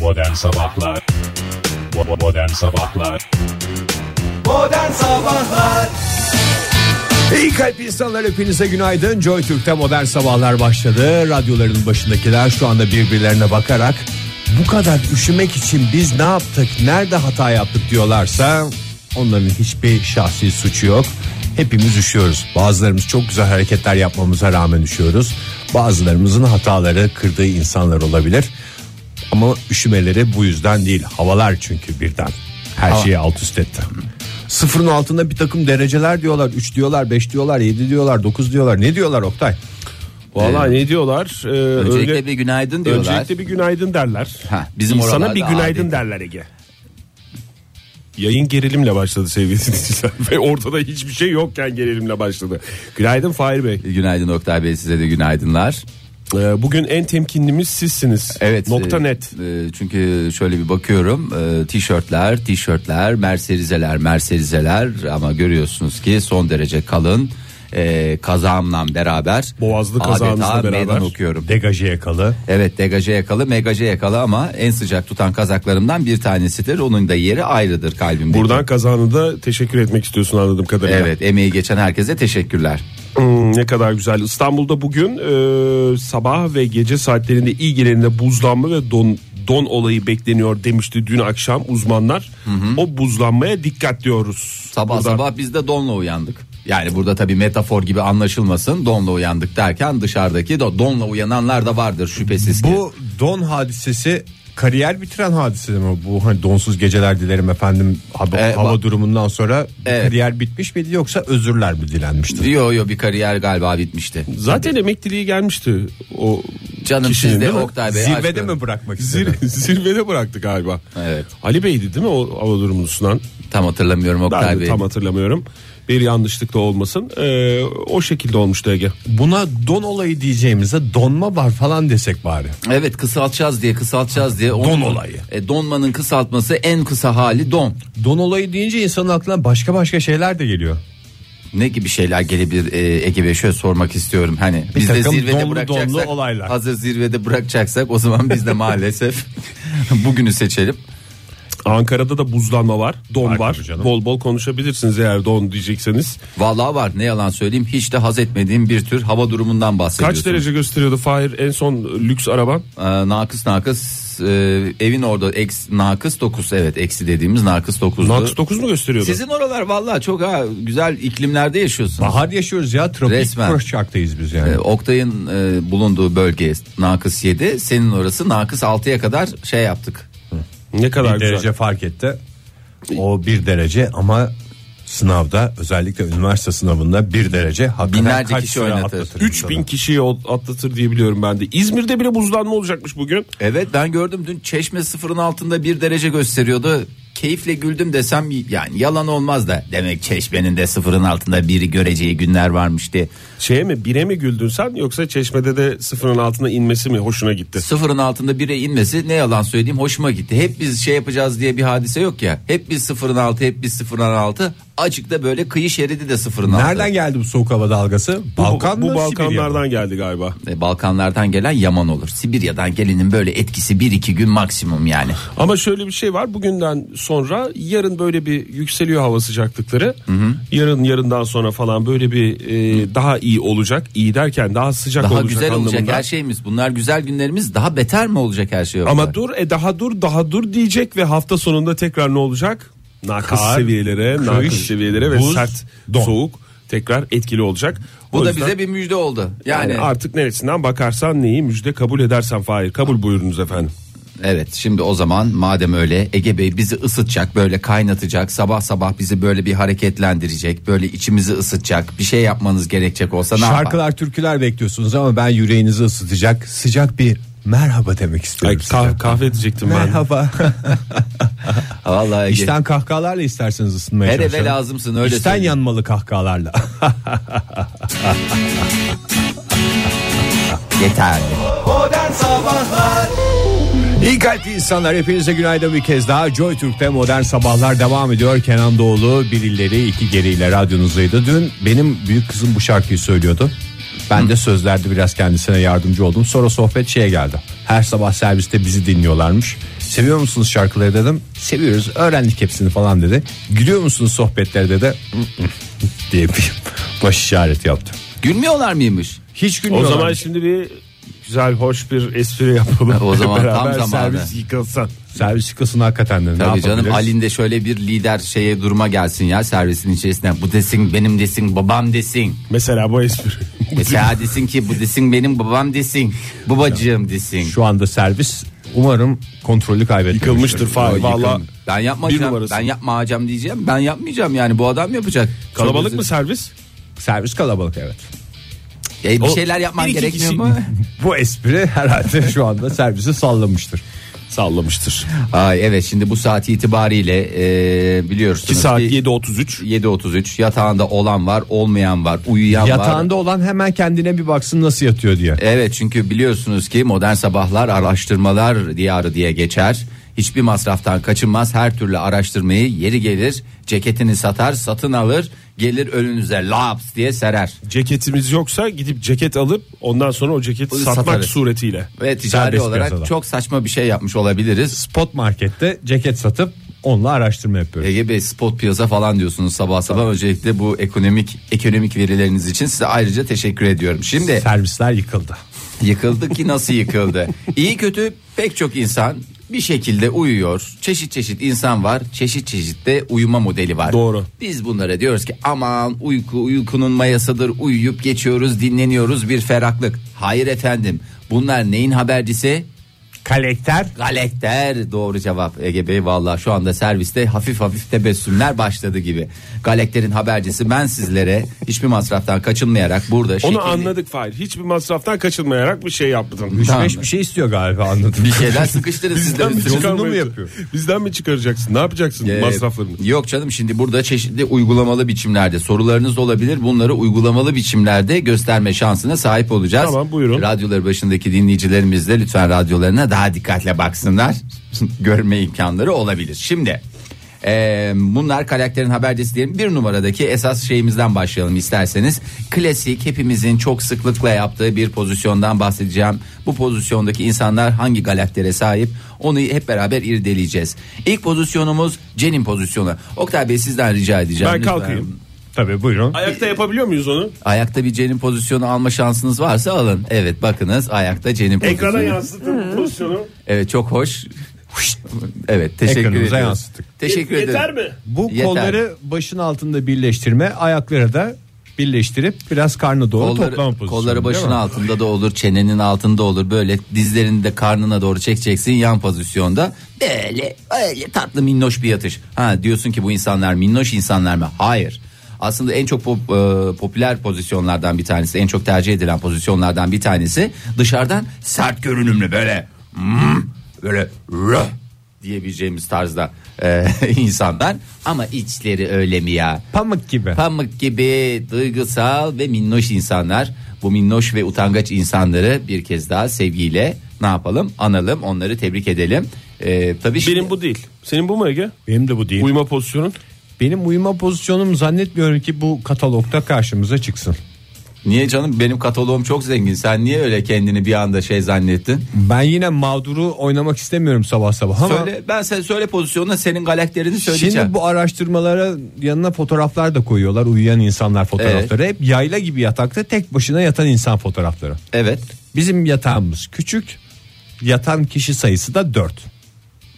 Modern Sabahlar Bo- Modern Sabahlar Modern Sabahlar İyi kalp insanlar hepinize günaydın. Joy Türk'te modern sabahlar başladı. Radyoların başındakiler şu anda birbirlerine bakarak bu kadar üşümek için biz ne yaptık, nerede hata yaptık diyorlarsa onların hiçbir şahsi suçu yok. Hepimiz üşüyoruz. Bazılarımız çok güzel hareketler yapmamıza rağmen üşüyoruz. Bazılarımızın hataları kırdığı insanlar olabilir. Ama üşümeleri bu yüzden değil. Havalar çünkü birden her şeyi alt üst etti. Sıfırın altında bir takım dereceler diyorlar. 3 diyorlar, 5 diyorlar, 7 diyorlar, 9 diyorlar. Ne diyorlar Oktay? Valla ne diyorlar? Ee, Öncelikle öyle- bir günaydın diyorlar. Öncelikle bir günaydın derler. Ha, bizim İnsana oralarda bir günaydın adet. derler Ege. Yayın gerilimle başladı sevgili dinleyiciler. Ve ortada hiçbir şey yokken gerilimle başladı. Günaydın Fahir Bey. Günaydın Oktay Bey size de günaydınlar. Ee, bugün en temkinlimiz sizsiniz. Evet. Nokta e, net. e, çünkü şöyle bir bakıyorum. e, tişörtler, tişörtler, merserizeler, merserizeler ama görüyorsunuz ki son derece kalın. E, kazağımla beraber Boğazlı kazağınızla adeta beraber. meydan okuyorum. Degaje yakalı. Evet degaje yakalı megaje yakalı ama en sıcak tutan kazaklarımdan bir tanesidir. Onun da yeri ayrıdır kalbimde. Buradan kazanı da teşekkür etmek istiyorsun anladığım kadarıyla. Evet emeği geçen herkese teşekkürler. Hmm, ne kadar güzel. İstanbul'da bugün e, sabah ve gece saatlerinde ilgilerinde buzlanma ve don don olayı bekleniyor demişti dün akşam uzmanlar. O buzlanmaya dikkat diyoruz. Sabah Buradan- sabah biz de donla uyandık. Yani burada tabii metafor gibi anlaşılmasın. Donla uyandık derken dışarıdaki de donla uyananlar da vardır şüphesiz ki. Bu don hadisesi kariyer bitiren hadise mi? Bu hani donsuz geceler dilerim efendim hava, Ee, hava bak- durumundan sonra Evet. kariyer bitmiş miydi yoksa özürler mi dilenmişti? Yo yo bir kariyer galiba bitmişti. Zaten emekliliği gelmişti o Canım kişinin siz de değil mi? Oktay Bey. Zirvede aşkım. mi bırakmak istedi? Zir- zirvede bıraktı galiba. Evet. Ali Bey'di değil mi o hava durumunu sunan? Tam hatırlamıyorum Ben Oktay de Bey. tam hatırlamıyorum. Bir yanlışlık da olmasın. E, o şekilde olmuştu Ege. Buna don olayı diyeceğimize donma var falan desek bari. Evet kısaltacağız diye kısaltacağız diye. Onun- Don olayı. E, donmanın kısaltması en kısa hali don. Don olayı deyince insanın aklına başka başka şeyler de geliyor. Ne gibi şeyler gelebilir e, Ege Bey şöyle sormak istiyorum. Hani biz de takım zirvede donlu bırakacaksak donlu olaylar. hazır zirvede bırakacaksak o zaman biz de maalesef bugünü seçelim. Ankara'da da buzlanma var, don Var var. tabii canım. Bol bol konuşabilirsiniz eğer don diyecekseniz. Vallahi var ne yalan söyleyeyim hiç de haz etmediğim bir tür hava durumundan bahsediyorsun. Kaç derece gösteriyordu Fahir en son lüks araban? Ee, nakıs nakıs e, evin orada eks, nakıs 9 evet eksi dediğimiz nakıs 9'du. Nax 9 mu gösteriyordu? Sizin oralar vallahi çok ha güzel iklimlerde yaşıyorsunuz. Bahar yaşıyoruz ya tropik Resmen. kuşaktayız biz yani. Ee, Oktay'ın e, bulunduğu bölge nakıs 7 senin orası nakıs 6'ya kadar şey yaptık. Ne kadar bir güzel. derece fark etti. O bir derece ama sınavda özellikle üniversite sınavında bir derece hakikaten Binlerce kaç kişi süre oynatır. atlatır 3000 insanı? kişiyi o- atlatır diye biliyorum ben de. İzmir'de bile buzlanma olacakmış bugün. Evet ben gördüm dün çeşme sıfırın altında bir derece gösteriyordu. Keyifle güldüm desem yani yalan olmaz da demek çeşmenin de sıfırın altında biri göreceği günler varmış diye. Şeye mi bire mi güldün sen yoksa çeşmede de sıfırın altına inmesi mi hoşuna gitti? sıfırın altında bire inmesi ne yalan söyleyeyim hoşuma gitti. Hep biz şey yapacağız diye bir hadise yok ya. Hep biz sıfırın altı hep biz sıfırın altı. Açıkta böyle kıyı şeridi de sıfırın altı. Nereden geldi bu soğuk hava dalgası? Bu- Balkan bu, mı? Sibirya mı? Balkanlardan geldi galiba. E, Balkanlardan gelen yaman olur. Sibirya'dan gelenin böyle etkisi bir iki gün maksimum yani. Ama şöyle bir şey var bugünden sonra yarın böyle bir yükseliyor hava sıcaklıkları. Yarın yarından sonra falan böyle bir e, daha iyi olacak. İyi derken daha sıcak Daha olacak güzel anlamında. olacak her şeyimiz. Bunlar güzel günlerimiz. Daha beter mi olacak her şey? yoksa? Ama dur e daha dur daha dur diyecek ve hafta sonunda tekrar ne olacak? Nakıs Kar, seviyelere, kış, nakıs seviyelere ve buz, sert don. soğuk tekrar etkili olacak. bu O da yüzden- bize bir müjde oldu. Yani, yani artık neresinden bakarsan neyi müjde kabul edersen Fahir kabul buyurunuz efendim. evet şimdi o zaman madem öyle Ege Bey bizi ısıtacak, böyle kaynatacak, sabah sabah bizi böyle bir hareketlendirecek, böyle içimizi ısıtacak, bir şey yapmanız gerekecek olsa ne yapar? Şarkılar, türküler bekliyorsunuz ama ben yüreğinizi ısıtacak sıcak bir merhaba demek Ay, istiyorum size. kah- kahve diyecektim ben. Merhaba. Vallahi Ege, İşten kahkahalarla isterseniz ısınmaya Her eve çalışalım. lazımsın, öyle İşten söyleyeyim. yanmalı kahkahalarla. yeter. Modern Sabahlar İyi kalpli insanlar hepinize günaydın bir kez daha Joy Türk'te modern sabahlar devam ediyor Kenan Doğulu bir ileri iki geriyle radyonuzdaydı Dün benim büyük kızım bu şarkıyı söylüyordu Ben de sözlerde biraz kendisine yardımcı oldum Sonra sohbet şeye geldi Her sabah serviste bizi dinliyorlarmış Seviyor musunuz şarkıları dedim. Seviyoruz öğrendik hepsini falan dedi. Gülüyor musunuz sohbetlere dedi. Mm, diye bir baş işareti yaptı. Gülmüyorlar mıymış? Hiç O gülmüyorlar. zaman şimdi bir güzel hoş bir espri yapalım. O zaman tam Beraber zamanı. servis yıkılsın. servis yıkasın hakikaten dedi. Ne Tabii canım yapabiliriz? Ali'nde şöyle bir lider şeye duruma gelsin ya servisin içerisine. Bu desin benim desin babam desin. Mesela bu espri. Mesela desin ki bu desin benim babam desin. Babacığım desin. Şu anda servis umarım kontrolü kaybetmiştir. Yıkılmıştır Fahri. Valla Ben Bir yapmayacağım. numarası. Ben yapmayacağım diyeceğim. Ben yapmayacağım yani bu adam yapacak. kalabalık Çok mı özür- servis? Servis kalabalık evet. E, bir O- şeyler bir yapman iki gerekmiyor kişi- mu? Bu espri herhalde şu anda servisi sallamıştır. Sallamıştır. Ay evet şimdi bu saat itibariyle e, biliyorsunuz 2 saat ki 7.33. 7.33 yatağında olan var olmayan var uyuyan var. Yatağında olan hemen kendine bir baksın nasıl yatıyor diye. Evet çünkü biliyorsunuz ki modern sabahlar araştırmalar diyarı diye geçer. Hiçbir masraftan kaçınmaz her türlü araştırmayı yeri gelir ceketini satar satın alır gelir önünüze laps diye serer. Ceketimiz yoksa gidip ceket alıp ondan sonra o ceketi Onu satmak satarız. suretiyle. Ve ticari Serbest olarak piyasada. çok saçma bir şey yapmış olabiliriz. Spot markette ceket satıp onunla araştırma yapıyoruz. Ege Bey spot piyasa falan diyorsunuz sabah sabah öncelikle bu ekonomik ekonomik verileriniz için size ayrıca teşekkür ediyorum. Şimdi Servisler yıkıldı. Yıkıldı ki nasıl yıkıldı? İyi kötü pek çok insan bir şekilde uyuyor. Çeşit çeşit insan var. Çeşit çeşit de uyuma modeli var. Doğru. Biz bunlara diyoruz ki aman uyku uykunun mayasıdır. Uyuyup geçiyoruz, dinleniyoruz bir ferahlık. Hayır efendim. Bunlar neyin habercisi? Kalekter Galekter doğru cevap Ege Bey valla şu anda serviste hafif hafif tebessümler başladı gibi. Galekter'in habercisi ben sizlere hiçbir masraftan kaçınmayarak burada şekilli- Onu anladık Fahir. Hiçbir masraftan kaçınmayarak bir şey yapmadın. 3-5 Tamam. bir şey istiyor galiba anladım. bir şeyler sıkıştırın sizler Bizden mi, üstüne. çıkarmaya- mu yapıyor? Bizden mi çıkaracaksın? Ne yapacaksın Ee, masraflarını? Yok canım şimdi burada çeşitli uygulamalı biçimlerde sorularınız olabilir. Bunları uygulamalı biçimlerde gösterme şansına sahip olacağız. Tamam, buyurun. Radyoları başındaki dinleyicilerimiz de lütfen radyolarına daha dikkatle baksınlar. Görme imkanları olabilir. Şimdi eee, bunlar karakterin habercisi diyelim. Bir numaradaki esas şeyimizden başlayalım isterseniz. Klasik hepimizin çok sıklıkla yaptığı bir pozisyondan bahsedeceğim. Bu pozisyondaki insanlar hangi galaktere sahip onu hep beraber irdeleyeceğiz. İlk pozisyonumuz Cenin pozisyonu. Oktay Bey sizden rica edeceğim. Ben Lütfen. kalkayım. Tabii buyurun. Ayakta yapabiliyor muyuz onu? Ayakta bir cenin pozisyonu alma şansınız varsa alın. Evet bakınız ayakta cenin pozisyonu. Ekrana yansıtın pozisyonu. Evet çok hoş. Evet teşekkür Ekranımıza ediyoruz. yansıttık. Teşekkür ederim. Yeter mi? Bu Yeter. kolları başın altında birleştirme, ayakları da birleştirip biraz karnı doğru Kolları, toplama pozisyonu. kolları değil başın mi? altında da olur, çenenin altında olur. Böyle dizlerini de karnına doğru çekeceksin yan pozisyonda. Böyle öyle tatlı minnoş bir yatış. Ha diyorsun ki bu insanlar minnoş insanlar mı? Hayır. Aslında en çok pop- e, popüler pozisyonlardan bir tanesi, en çok tercih edilen pozisyonlardan bir tanesi dışarıdan sert görünümlü böyle hmm, böyle röh diyebileceğimiz tarzda e, insanlar ama içleri öyle mi ya? Pamuk gibi. Pamuk gibi duygusal ve minnoş insanlar. Bu minnoş ve utangaç insanları bir kez daha sevgiyle ne yapalım? Analım, onları tebrik edelim. Ee, tabii şimdi- Benim bu değil. Senin bu mu Ege? Benim de bu değil. Uyuma pozisyonun. Benim uyuma pozisyonum zannetmiyorum ki bu katalogda karşımıza çıksın. Niye canım? Benim kataloğum çok zengin. Sen niye öyle kendini bir anda şey zannettin? Ben yine mağduru oynamak istemiyorum sabah sabah ama Söyle, ben sen söyle pozisyonuna senin galakterini söyleyeceğim. Şimdi bu araştırmalara yanına fotoğraflar da koyuyorlar uyuyan insanlar fotoğrafları. Hep yayla gibi yatakta tek başına yatan insan fotoğrafları. Evet. Bizim yatağımız küçük. Yatan kişi sayısı da 4.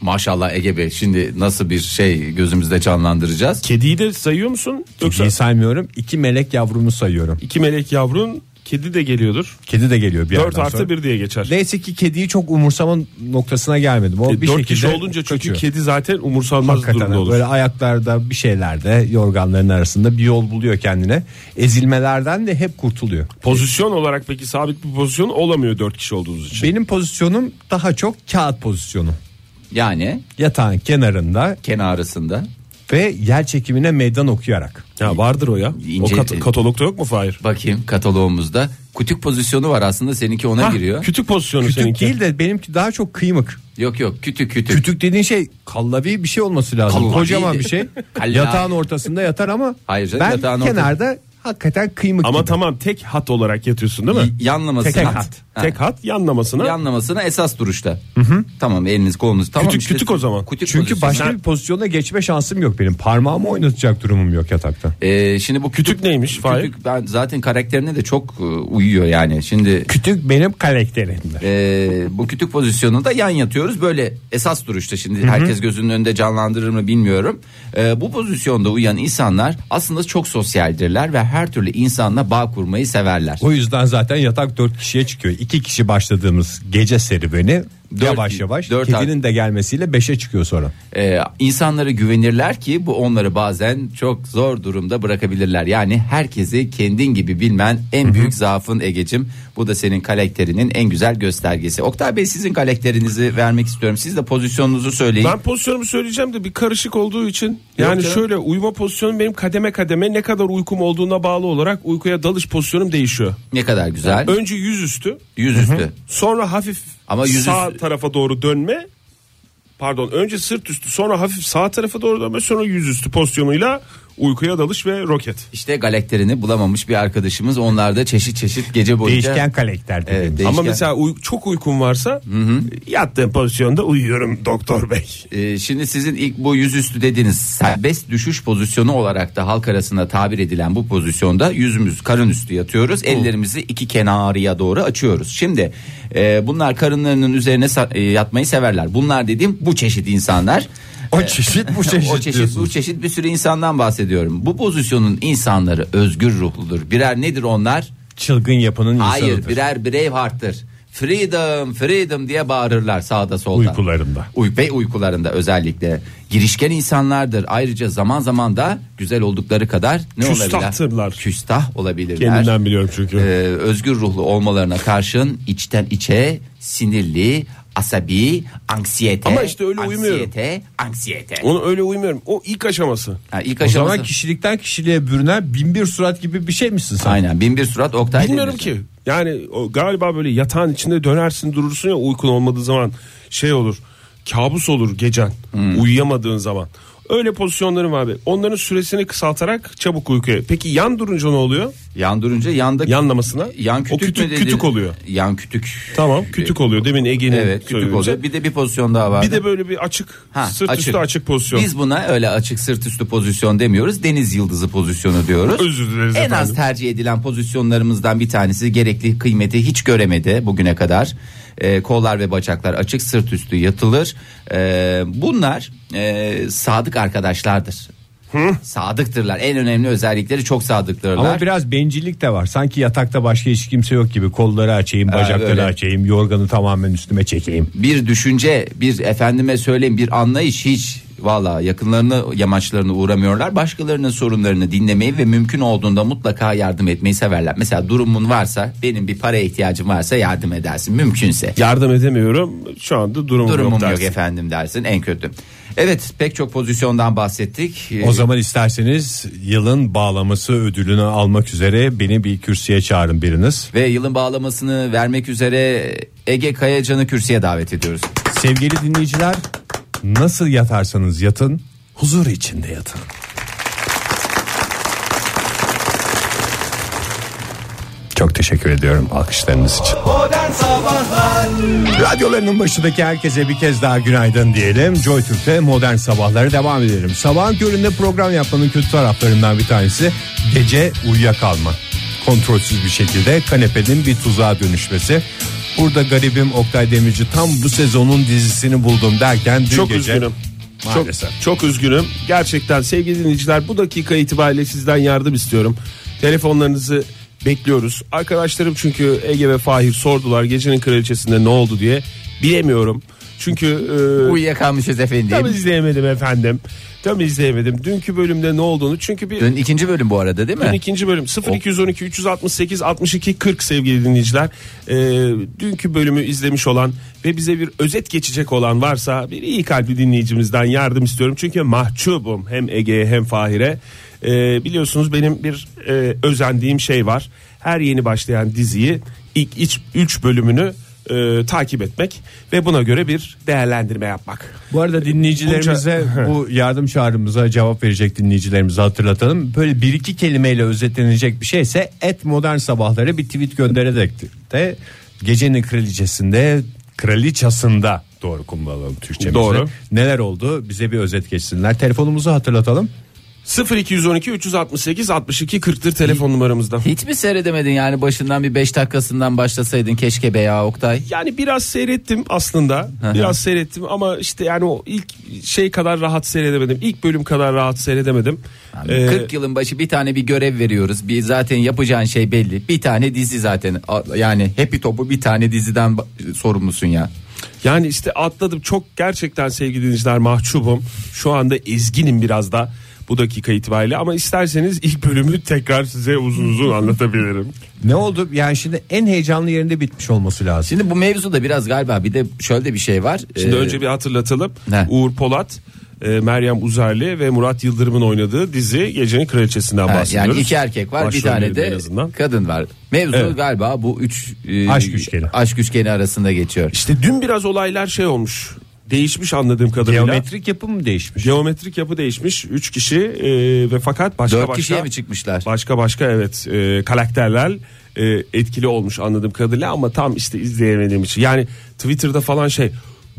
Maşallah Ege Bey. Şimdi nasıl bir şey gözümüzde canlandıracağız? Kediyi de sayıyor musun? Yoksa Kediyi saymıyorum. 2 melek yavrumu sayıyorum. iki melek yavrun kedi de geliyordur. Kedi de geliyor bir 4 yerden artı sonra. 1 diye geçer. Neyse ki kediyi çok umursama noktasına gelmedim. O bir 4 şekilde E, kişi olunca çünkü kaçıyor. kedi zaten umursanmaz Hakikaten durumda olur. böyle ayaklarda bir şeylerde yorganların arasında bir yol buluyor kendine. Ezilmelerden de hep kurtuluyor. Pozisyon olarak peki sabit bir pozisyon olamıyor 4 kişi olduğunuz Şey- için. Benim pozisyonum daha çok kağıt pozisyonu. Yani Yatağın kenarında kenarısında. ve yer çekimine meydan okuyarak. Ya vardır o ya. İnce- o kat- katalogda yok mu Fahir? Bakayım kataloğumuzda. Kütük pozisyonu var aslında seninki ona Hah, giriyor. Kütük pozisyonu Kütük seninki. değil de benimki daha çok kıymık. Yok yok kütük kütük. Kütük dediğin şey kallavi bir şey olması lazım. Kallavi Kocaman değil. bir şey. Kallavi. Yatağın ortasında yatar ama Hayır canım, ben yatağın kenarda hakikaten kıymık Ama gibi. tamam tek hat olarak yatıyorsun değil mi? Y- yanlamasına Tek hat. hat. Ha. Tek hat yanlamasına. Yanlamasına esas duruşta. Tamam eliniz kolunuz tamam. Kütük- kütük o zaman. Kütük Çünkü pozisyonu. başka bir pozisyona geçme şansım yok benim. Parmağımı oynatacak durumum yok yatakta. Ee, şimdi bu kütük, Kütük neymiş Fahir? Kütük ben zaten karakterine de çok e, uyuyor yani. Şimdi Kütük benim karakterimdir. Ee, bu kütük pozisyonunda yan yatıyoruz. Böyle esas duruşta şimdi herkes gözünün önünde canlandırır mı bilmiyorum. Ee, bu pozisyonda uyuyan insanlar aslında çok sosyaldirler ve her türlü insanla bağ kurmayı severler. O yüzden zaten yatak 4 kişiye çıkıyor. 2 kişi başladığımız gece serüveni Dört- yavaş yavaş dört kedinin de gelmesiyle 5'e çıkıyor sonra. Ee, insanlara güvenirler ki bu onları bazen çok zor durumda bırakabilirler. Yani herkesi kendin gibi bilmen en büyük zaafın Ege'cim. Bu da senin karakterinin en güzel göstergesi. Oktay Bey sizin karakterinizi vermek istiyorum. Siz de pozisyonunuzu söyleyin. Ben pozisyonumu söyleyeceğim de bir karışık olduğu için yani canım. şöyle uyuma pozisyonu benim kademe kademe ne kadar uykum olduğuna bağlı olarak uykuya dalış pozisyonum değişiyor. Ne kadar güzel. Önce yüzüstü Yüzüstü. sonra hafif Ama yüzüstü- sağ tarafa doğru dönme pardon önce sırt üstü sonra hafif sağ tarafa doğru dönme sonra yüzüstü pozisyonuyla uykuya dalış ve roket. İşte galakterini bulamamış bir arkadaşımız. Onlar da çeşit çeşit gece boyunca Değişken karakter dediğimiz. Evet, değişken. Ama mesela uy- çok uykum varsa yattığım pozisyonda uyuyorum doktor bey. Ee, şimdi sizin ilk bu yüzüstü dediğiniz serbest düşüş pozisyonu olarak da halk arasında tabir edilen bu pozisyonda yüzümüz karın üstü yatıyoruz. Ellerimizi iki kenarıya doğru açıyoruz. Şimdi e, bunlar karınlarının üzerine sa- e, yatmayı severler. Bunlar dediğim bu çeşit insanlar. O çeşit bu çeşit, o çeşit bu diyorsunuz. çeşit bir sürü insandan bahsediyorum. Bu pozisyonun insanları özgür ruhludur. Birer nedir onlar? Çılgın yapının Hayır insanıdır. birer birey harttır. Freedom, freedom diye bağırırlar sağda solda. Uykularında. Uy ve uykularında özellikle. Girişken insanlardır. Ayrıca zaman zaman da güzel oldukları kadar ne Küstahtırlar. olabilir? Küstah olabilirler. Kendimden biliyorum çünkü. Ee, özgür ruhlu olmalarına karşın içten içe sinirli, asabi, anksiyete. Ama işte öyle uyumuyorum. Anksiyete, anksiyete. Onu öyle uyumuyorum. O ilk aşaması. Ha, ilk O aşaması. zaman kişilikten kişiliğe bürünen binbir surat gibi bir şey misin sen? Aynen bin bir surat Oktay Bilmiyorum Demirci. ki. Yani o galiba böyle yatağın içinde dönersin durursun ya uykun olmadığı zaman şey olur. Kabus olur gecen. Hmm. Uyuyamadığın zaman. Öyle pozisyonlarım var abi. Onların süresini kısaltarak çabuk uykuya. Peki yan durunca ne oluyor? Yan durunca yanda Yanlamasına. yan kütük, o kütük mü dedin? kütük oluyor. Yan kütük. Tamam kütük oluyor. Demin Ege'nin Evet kütük söyleyince. oluyor. Bir de bir pozisyon daha var. Bir de böyle bir açık sırt üstü açık pozisyon. Biz buna öyle açık sırt üstü pozisyon demiyoruz. Deniz yıldızı pozisyonu diyoruz. Özür dileriz En efendim. az tercih edilen pozisyonlarımızdan bir tanesi gerekli kıymeti hiç göremedi bugüne kadar. Ee, kollar ve bacaklar açık sırt üstü yatılır. Ee, bunlar e, sadık arkadaşlardır. Sadıktırlar. En önemli özellikleri çok sadıktırlar. Ama biraz bencillik de var. Sanki yatakta başka hiç kimse yok gibi. Kolları açayım, bacakları öyle. açayım, yorganı tamamen üstüme çekeyim. bir düşünce, bir efendime söyleyeyim bir anlayış hiç valla yakınlarını yamaçlarını uğramıyorlar. Başkalarının sorunlarını dinlemeyi ve mümkün olduğunda mutlaka yardım etmeyi severler. Mesela durumun varsa benim bir paraya ihtiyacım varsa yardım edersin mümkünse. Yardım edemiyorum. Şu anda durumum, Durumum yok, dersin. efendim dersin en kötü. Evet pek çok pozisyondan bahsettik. Ee, O zaman isterseniz yılın bağlaması ödülünü almak üzere beni bir kürsüye çağırın biriniz. Ve yılın bağlamasını vermek üzere Ege Kayacan'ı kürsüye davet ediyoruz. Sevgili dinleyiciler nasıl yatarsanız yatın huzur içinde yatın. Çok teşekkür ediyorum alkışlarınız için. Modern Sabahlar Radyolarının başındaki herkese bir kez daha günaydın diyelim. Joy Türk'te modern sabahları devam edelim. Sabahın köründe program yapmanın kötü taraflarından bir tanesi gece uyuyakalma. Kontrolsüz bir şekilde kanepenin bir tuzağa dönüşmesi. Burada garibim Oktay Demirci tam bu sezonun dizisini buldum derken dün Çok gece üzgünüm. Çok, maalesef. çok üzgünüm. Gerçekten sevgili dinleyiciler bu dakika itibariyle sizden yardım istiyorum. Telefonlarınızı bekliyoruz. Arkadaşlarım çünkü Ege ve Fahir sordular gecenin kraliçesinde ne oldu diye. Bilemiyorum. Çünkü e, Uyuyakalmışız tam efendim. izleyemedim efendim. Tam izleyemedim. Dünkü bölümde ne olduğunu çünkü bir Dün ikinci bölüm bu arada değil mi? Dün ikinci bölüm 0212 368 62 40 sevgili dinleyiciler. Ee, dünkü bölümü izlemiş olan ve bize bir özet geçecek olan varsa bir iyi kalpli dinleyicimizden yardım istiyorum. Çünkü mahcubum hem Ege'ye hem Fahir'e. Ee, biliyorsunuz benim bir e, özendiğim şey var. Her yeni başlayan diziyi ilk 3 bölümünü e, takip etmek ve buna göre bir değerlendirme yapmak. Bu arada dinleyicilerimize bu yardım çağrımıza cevap verecek dinleyicilerimize hatırlatalım. Böyle bir iki kelimeyle özetlenecek bir şeyse et modern sabahları bir tweet göndererek de gecenin kraliçesinde kraliçasında doğru kullanalım Türkçemizde. Doğru. Neler oldu bize bir özet geçsinler. Telefonumuzu hatırlatalım. 0212 368 62 40'tır telefon numaramızda. Hiç mi seyredemedin yani başından bir 5 dakikasından başlasaydın keşke be ya Oktay. Yani biraz seyrettim aslında. Biraz seyrettim ama işte yani o ilk şey kadar rahat seyredemedim. İlk bölüm kadar rahat seyredemedim. Ee, 40 Hani yılın başı bir tane bir görev veriyoruz. Bir zaten yapacağın şey belli. Bir tane dizi zaten. A- Yani Happy Top'u bir tane diziden ba- sorumlusun ya. Yani işte atladım çok gerçekten sevgili dinleyiciler mahcubum. Şu anda ezginim biraz da bu dakika itibariyle ama isterseniz ilk bölümü tekrar size uzun uzun anlatabilirim. Ne oldu? Yani şimdi en heyecanlı yerinde bitmiş olması lazım. Şimdi bu mevzuda biraz galiba bir de şöyle de bir şey var. Şimdi Ee, önce bir hatırlatalım. Ne? Uğur Polat, e, Meryem Uzerli ve Murat Yıldırım'ın oynadığı dizi Gecenin Kraliçesinden ha, bahsediyoruz. yani iki erkek var bir tane Başrollerinde de en azından. kadın var. Mevzu Evet. galiba bu üç e, Aşk üçgeni. aşk üçgeni arasında geçiyor. İşte dün biraz olaylar şey olmuş. Değişmiş anladığım kadarıyla. Geometrik yapı mı değişmiş? Geometrik yapı değişmiş. Üç kişi e, ve fakat başka Dört başka kişiye mi çıkmışlar? Başka başka evet e, karakterler e, etkili olmuş anladığım kadarıyla ama tam işte izleyemediğim için. Yani Twitter'da falan şey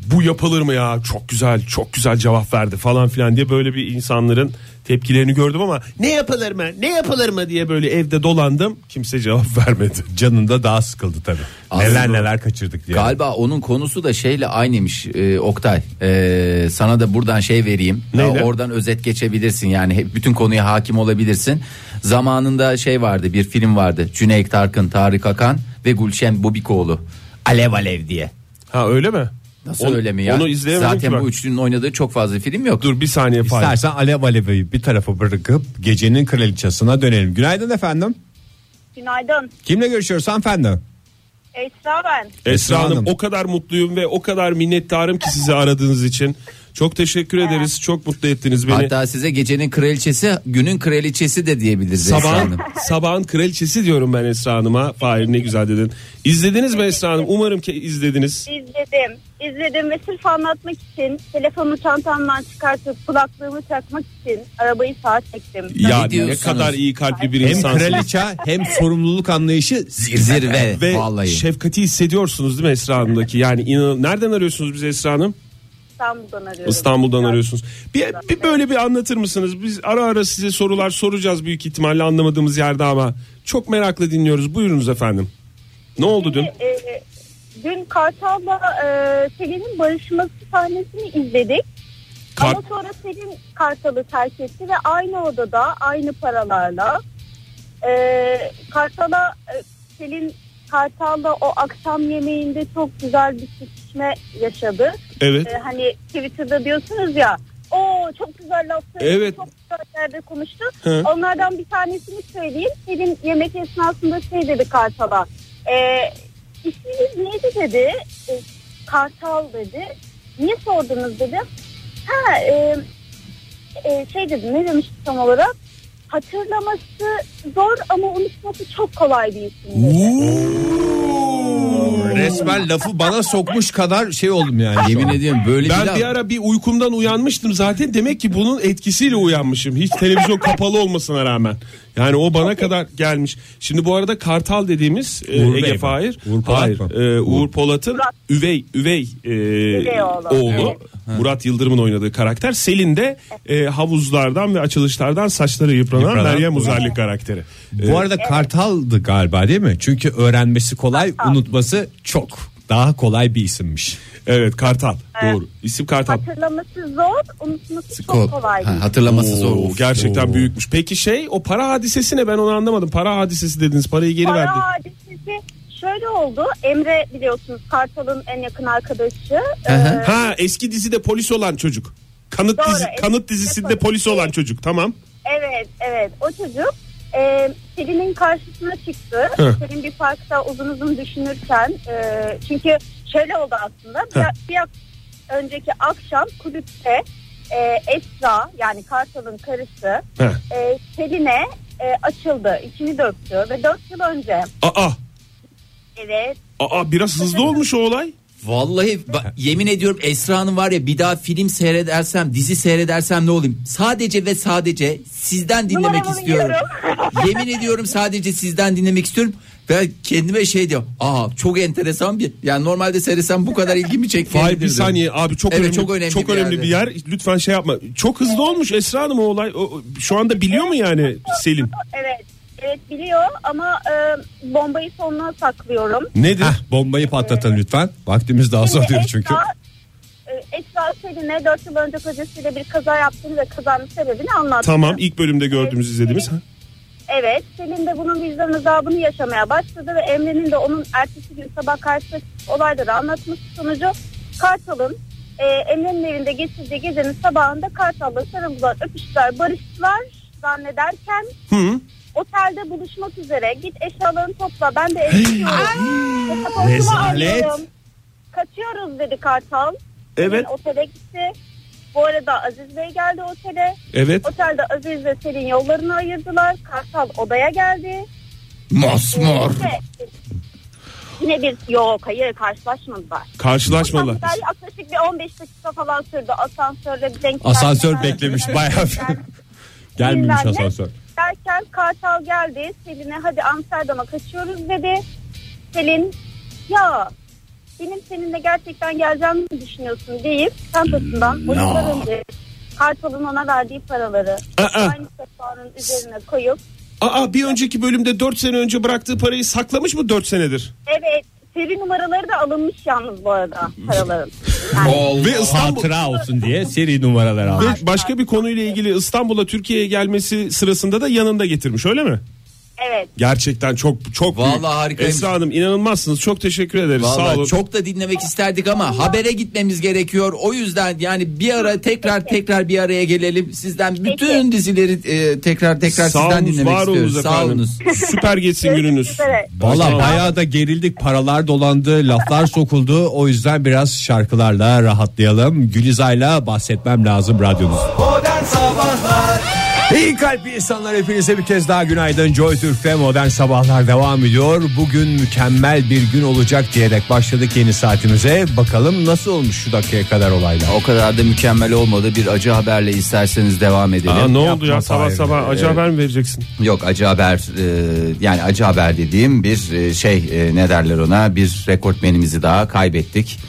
bu yapılır mı ya çok güzel çok güzel cevap verdi falan filan diye böyle bir insanların tepkilerini gördüm ama ne yapılır mı ne yapılır mı diye böyle evde dolandım kimse cevap vermedi. Canında daha sıkıldı tabii. Aslında- neler neler kaçırdık diye. Galiba onun konusu da şeyle aynıymış e, Oktay. E, sana da buradan şey vereyim. Neyle? Ya Oradan özet geçebilirsin yani hep bütün konuya hakim olabilirsin. Zamanında şey vardı bir film vardı. Cüneyt Tarkın, Tarık Akan ve Gülşen Bubikoğlu. Alev Alev diye. Ha öyle mi? Nasıl On- öyle mi ya? Onu izleyemedim Zaten ki ben. bu üçlünün oynadığı çok fazla film yok. Dur bir saniye Fahir. İstersen Alev Alev'i bir tarafa bırakıp gecenin kraliçasına dönelim. Günaydın efendim. Günaydın. Kimle görüşüyoruz hanımefendi? Esra ben. Esra Hanım Hanım. o kadar mutluyum ve o kadar minnettarım ki sizi aradığınız için. Çok teşekkür ederiz. Çok mutlu ettiniz beni. Hatta size gecenin kraliçesi, günün kraliçesi de diyebiliriz. Esra Sabahın, Hanım. sabahın kraliçesi diyorum ben Esra Hanım'a. Fahir ne güzel dedin. İzlediniz mi Esra Hanım? Umarım ki izlediniz. İzledim. İzledim ve sırf anlatmak için telefonu çantamdan çıkartıp kulaklığımı takmak için arabayı sağa çektim. Ya Ne ne diyorsunuz? kadar iyi kalpli bir Hem insansınız. kraliçe hem sorumluluk anlayışı Zirve Ve şey- vallahi. şefkati hissediyorsunuz değil mi Esra Hanım'daki? Yani inan- nereden arıyorsunuz bizi Esra Hanım? İstanbul'dan arıyorum. İstanbul'dan arıyorsunuz. Bir, bir böyle bir anlatır mısınız? Biz ara ara size sorular soracağız büyük ihtimalle anlamadığımız yerde ama çok merakla dinliyoruz. Buyurunuz efendim. Ne oldu dün? Ee, e, dün Kartal'la e, Selin'in barışması sahnesini izledik. Kar- Ama sonra Selin Kartal'ı terk etti ve aynı odada aynı paralarla e, Kartal'a e, Selin Kartal'la o akşam yemeğinde çok güzel bir sıkışma yaşadı. Evet. Ee, hani Twitter'da diyorsunuz ya o çok güzel laflar Evet. çok güzel yerde konuştu. Hı. Onlardan bir tanesini söyleyeyim. Senin yemek esnasında şey dedi Kartal'a. Ee, isminiz neydi dedi. Ee, Kartal dedi. Niye sordunuz dedi. Ha e, e, şey dedi ne demişti tam olarak. Hatırlaması zor ama unutması çok kolay bir isim. dedi. resmen lafı bana sokmuş kadar şey oldum yani. Yemin Yemin ediyorum E, böyle bir, Ben laf- bir ara bir uykumdan uyanmıştım zaten. Demek ki bunun etkisiyle uyanmışım. Hiç televizyon kapalı olmasına rağmen. Yani o bana kadar gelmiş. Şimdi bu arada Kartal dediğimiz e, Uğur Bey Ege mi? Fahir. Uğur Polat Hayır, mı? e, Uğur Polat'ın üvey üvey e, oğlu. oğlu. Murat Yıldırım'ın oynadığı karakter. Selin de e, havuzlardan ve açılışlardan saçları yıpranan, Yıpranan. Meryem Uzerli karakteri. E, Bu arada Kartal'dı galiba değil mi? Çünkü öğrenmesi kolay, unutması çok. Daha kolay bir isimmiş. E, evet Kartal. Doğru. İsim Kartal. Hatırlaması zor, unutması Ko- çok kolay. bir Ha, hatırlaması zor. Oo, Of. gerçekten büyükmüş. Peki şey o para hadisesi ne ben onu anlamadım. Para hadisesi dediniz parayı geri Para verdi. hadisesi şöyle oldu. Emre biliyorsunuz Kartal'ın en yakın arkadaşı. hı. Ee, Ha eski dizide polis olan çocuk. Kanıt Doğru, dizi, eski kanıt dizide dizisinde polis. polis olan çocuk tamam. evet evet o çocuk e, Selin'in karşısına çıktı. Hı. Selin bir parkta uzun uzun düşünürken e, çünkü şöyle oldu aslında. Bir, bir ak- önceki akşam kulüpte e, Esra yani Kartal'ın karısı Heh. e, Selin'e e, açıldı. içini döktü ve 4 yıl önce Aa Evet. Aa biraz hızlı olmuş o olay. Vallahi ba- yemin ediyorum Esra'nın var ya bir daha film seyredersem dizi seyredersem ne olayım? Sadece ve sadece sizden dinlemek Numaramı istiyorum. yemin ediyorum sadece sizden dinlemek istiyorum. Ve kendime şey diyor. Aa çok enteresan bir. Yani normalde seyretsem bu kadar ilgimi çekmeyebilir. Hayır bir diyorum. saniye abi çok Evet, önemli çok çok önemli önemli, bir bir yer. Lütfen şey yapma. Çok hızlı olmuş Esra Hanım o olay. O- o- şu anda biliyor mu yani Selin? Evet. Evet biliyor ama e, bombayı sonuna saklıyorum. Nedir? Heh, bombayı patlatın lütfen. Vaktimiz daha Şimdi azalıyor Esra- çünkü. e, Esra Selin'e 4 yıl önce kocasıyla bir kaza yaptığını ve kazanın sebebini anlattı. Tamam ilk bölümde gördüğümüz izlediğimiz. Ha? Evet. Selin de bunun vicdan azabını yaşamaya başladı ve Emre'nin de onun ertesi gün sabah karşı olayları anlatması sonucu Kartal'ın e, Emre'nin evinde geçirdiği gecenin sabahında Kartal'la sarıldılar, öpüştüler, barıştılar zannederken otelde buluşmak üzere git eşyalarını topla ben de eve gidiyorum. Pasaportumu Rezalet. alıyorum. Kaçıyoruz dedi Kartal. Evet. Selin otele gitti. Bu arada Aziz Bey geldi otele. Evet. Otelde Aziz ve Selin yollarını ayırdılar. Kartal odaya geldi. Mosmor. Ve yine bir yok hayır karşılaşmadılar. Karşılaşmalar. Asansör Yaklaşık bir 15 dakika falan sürdü. Asansörle bir denk Asansör gelmeler- beklemiş bayağı. Gelmemiş Bilmem ne. asansör. Derken Kartal geldi. Selin'e hadi Amsterdam'a kaçıyoruz dedi. Selin ya benim seninle gerçekten geleceğimi mi düşünüyorsun deyip çantasından no. önce Kartal'ın ona verdiği paraları Aa. aynı sehpanın üzerine koyup Aa bir önceki bölümde 4 sene önce bıraktığı parayı saklamış mı 4 senedir? evet seri numaraları da alınmış yalnız bu arada paraların. Ve hatıra olsun diye seri numaralar aldı. Ve başka bir konuyla ilgili İstanbul'a Türkiye'ye gelmesi sırasında da yanında getirmiş öyle mi? Evet. Gerçekten çok çok büyük. Vallahi harikaymış. Esra Hanım inanılmazsınız. Çok teşekkür ederiz. Sağ olun. Vallahi çok da dinlemek isterdik ama habere gitmemiz gerekiyor. O yüzden yani bir ara tekrar tekrar bir araya gelelim. Sizden bütün dizileri e, tekrar tekrar Sağ sizden olunuz, dinlemek var istiyoruz. olunuz Sağ efendim. olunuz. Süper geçsin gününüz. üzere. Valla bayağı da gerildik paralar dolandı laflar sokuldu o yüzden biraz şarkılarla rahatlayalım Gülizay'la bahsetmem lazım radyonuz. Modern Sabahlar İyi kalpli insanlar hepinize bir kez daha günaydın Joy Türk'te modern sabahlar devam ediyor bugün mükemmel bir gün olacak diyerek başladık yeni saatimize bakalım nasıl olmuş şu dakikaya kadar olaylar. O kadar da mükemmel olmadı. Bir acı haberle isterseniz devam edelim. Aa, ne oldu Yapma ya sabah Fahir. sabah acı haber mi vereceksin? Yok acı haber e, yani acı haber dediğim bir e, şey e, ne derler ona bir rekortmenimizi daha kaybettik.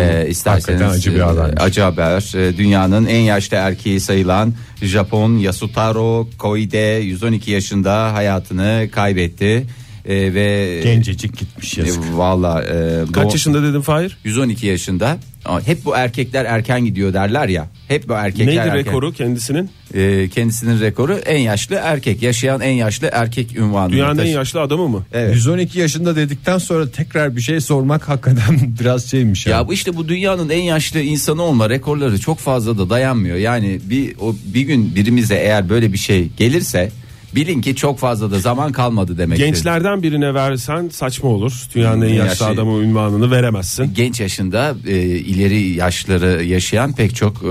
E, isterseniz Hmm. Hakikaten acı bir e, habermiş. acı haber e, dünyanın en yaşlı erkeği sayılan Japon Yasutaro Koide 112 yaşında hayatını kaybetti. E, ve Gencecik gitmiş E, yazık. Valla e, Kaç doğ- yaşında dedim Fahir? 112 yaşında. Aa, Hep bu erkekler erken gidiyor derler ya. Hep bu erkekler Neydi erken. rekoru kendisinin? E, kendisinin rekoru en yaşlı erkek. Yaşayan en yaşlı erkek ünvanını Dünyanın en taşı- yaşlı adamı mı? Evet. 112 yaşında dedikten sonra tekrar bir şey sormak hakikaten biraz şeymiş ya. Ya bu işte bu dünyanın en yaşlı insanı olma rekorları çok fazla da dayanmıyor. Yani bir o bir gün birimize eğer böyle bir şey gelirse bilin ki çok fazla da zaman kalmadı demektir. Gençlerden birine versen saçma olur. Dünyanın en En yaşlı yaşlı- adamı unvanını veremezsin. genç yaşında e, ileri yaşları yaşayan pek çok e,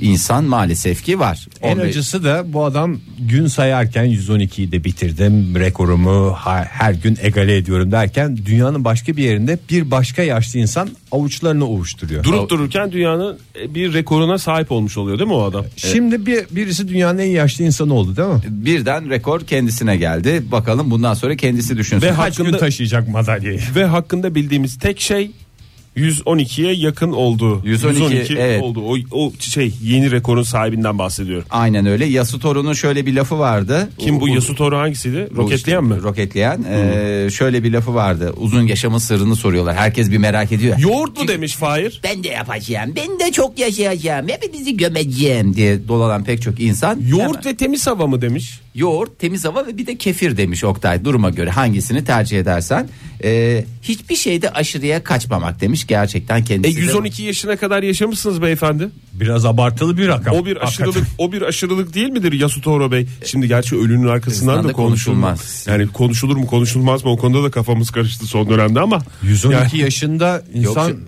insan maalesef ki var. En 15 acısı da bu adam gün sayarken 112'yi de bitirdim rekorumu ha- her gün egale ediyorum derken dünyanın başka bir yerinde bir başka yaşlı insan avuçlarını ovuşturuyor. Durup dururken dünyanın e, bir rekoruna sahip olmuş oluyor değil mi o adam? Şimdi bir birisi dünyanın en yaşlı insanı oldu değil mi? E, birden rekor kendisine geldi. Bakalım bundan sonra kendisi düşünsün. Ve Kaç Kaç gün hakkında- taşıyacak madalyayı? Ve hakkında bildiğimiz tek şey 112'ye yakın olduğu. 112, evet. oldu. O, o şey yeni rekorun sahibinden bahsediyorum. Aynen öyle. Yasutoru'nun şöyle bir lafı vardı. Kim bu U- u- Yasutoro hangisiydi? Bu Roketleyen işte, mi? Hmm. Roketleyen. Ee, şöyle bir lafı vardı. Uzun yaşamın sırrını soruyorlar. Herkes bir merak ediyor. Yoğurt mu demiş Fahir? Ben de yapacağım. Ben de çok yaşayacağım. Hepinizi gömeceğim diye dolanan pek çok insan. Yoğurt ve temiz hava mı demiş? yoğurt, temiz hava ve bir de kefir demiş Oktay. Duruma göre hangisini tercih edersen. Ee, hiçbir şeyde aşırıya kaçmamak demiş. Gerçekten E kendisi. de- 112 yaşına kadar yaşamışsınız beyefendi. Biraz abartılı bir rakam. O bir Hakikaten. aşırılık o bir aşırılık değil midir Yasutoro Bey? Şimdi gerçi ölünün arkasından Arkasından da da konuşulmaz. konuşulmaz. Yani konuşulur mu konuşulmaz mı o konuda da kafamız karıştı son dönemde ama 112 Yani- yaşında insan Yok,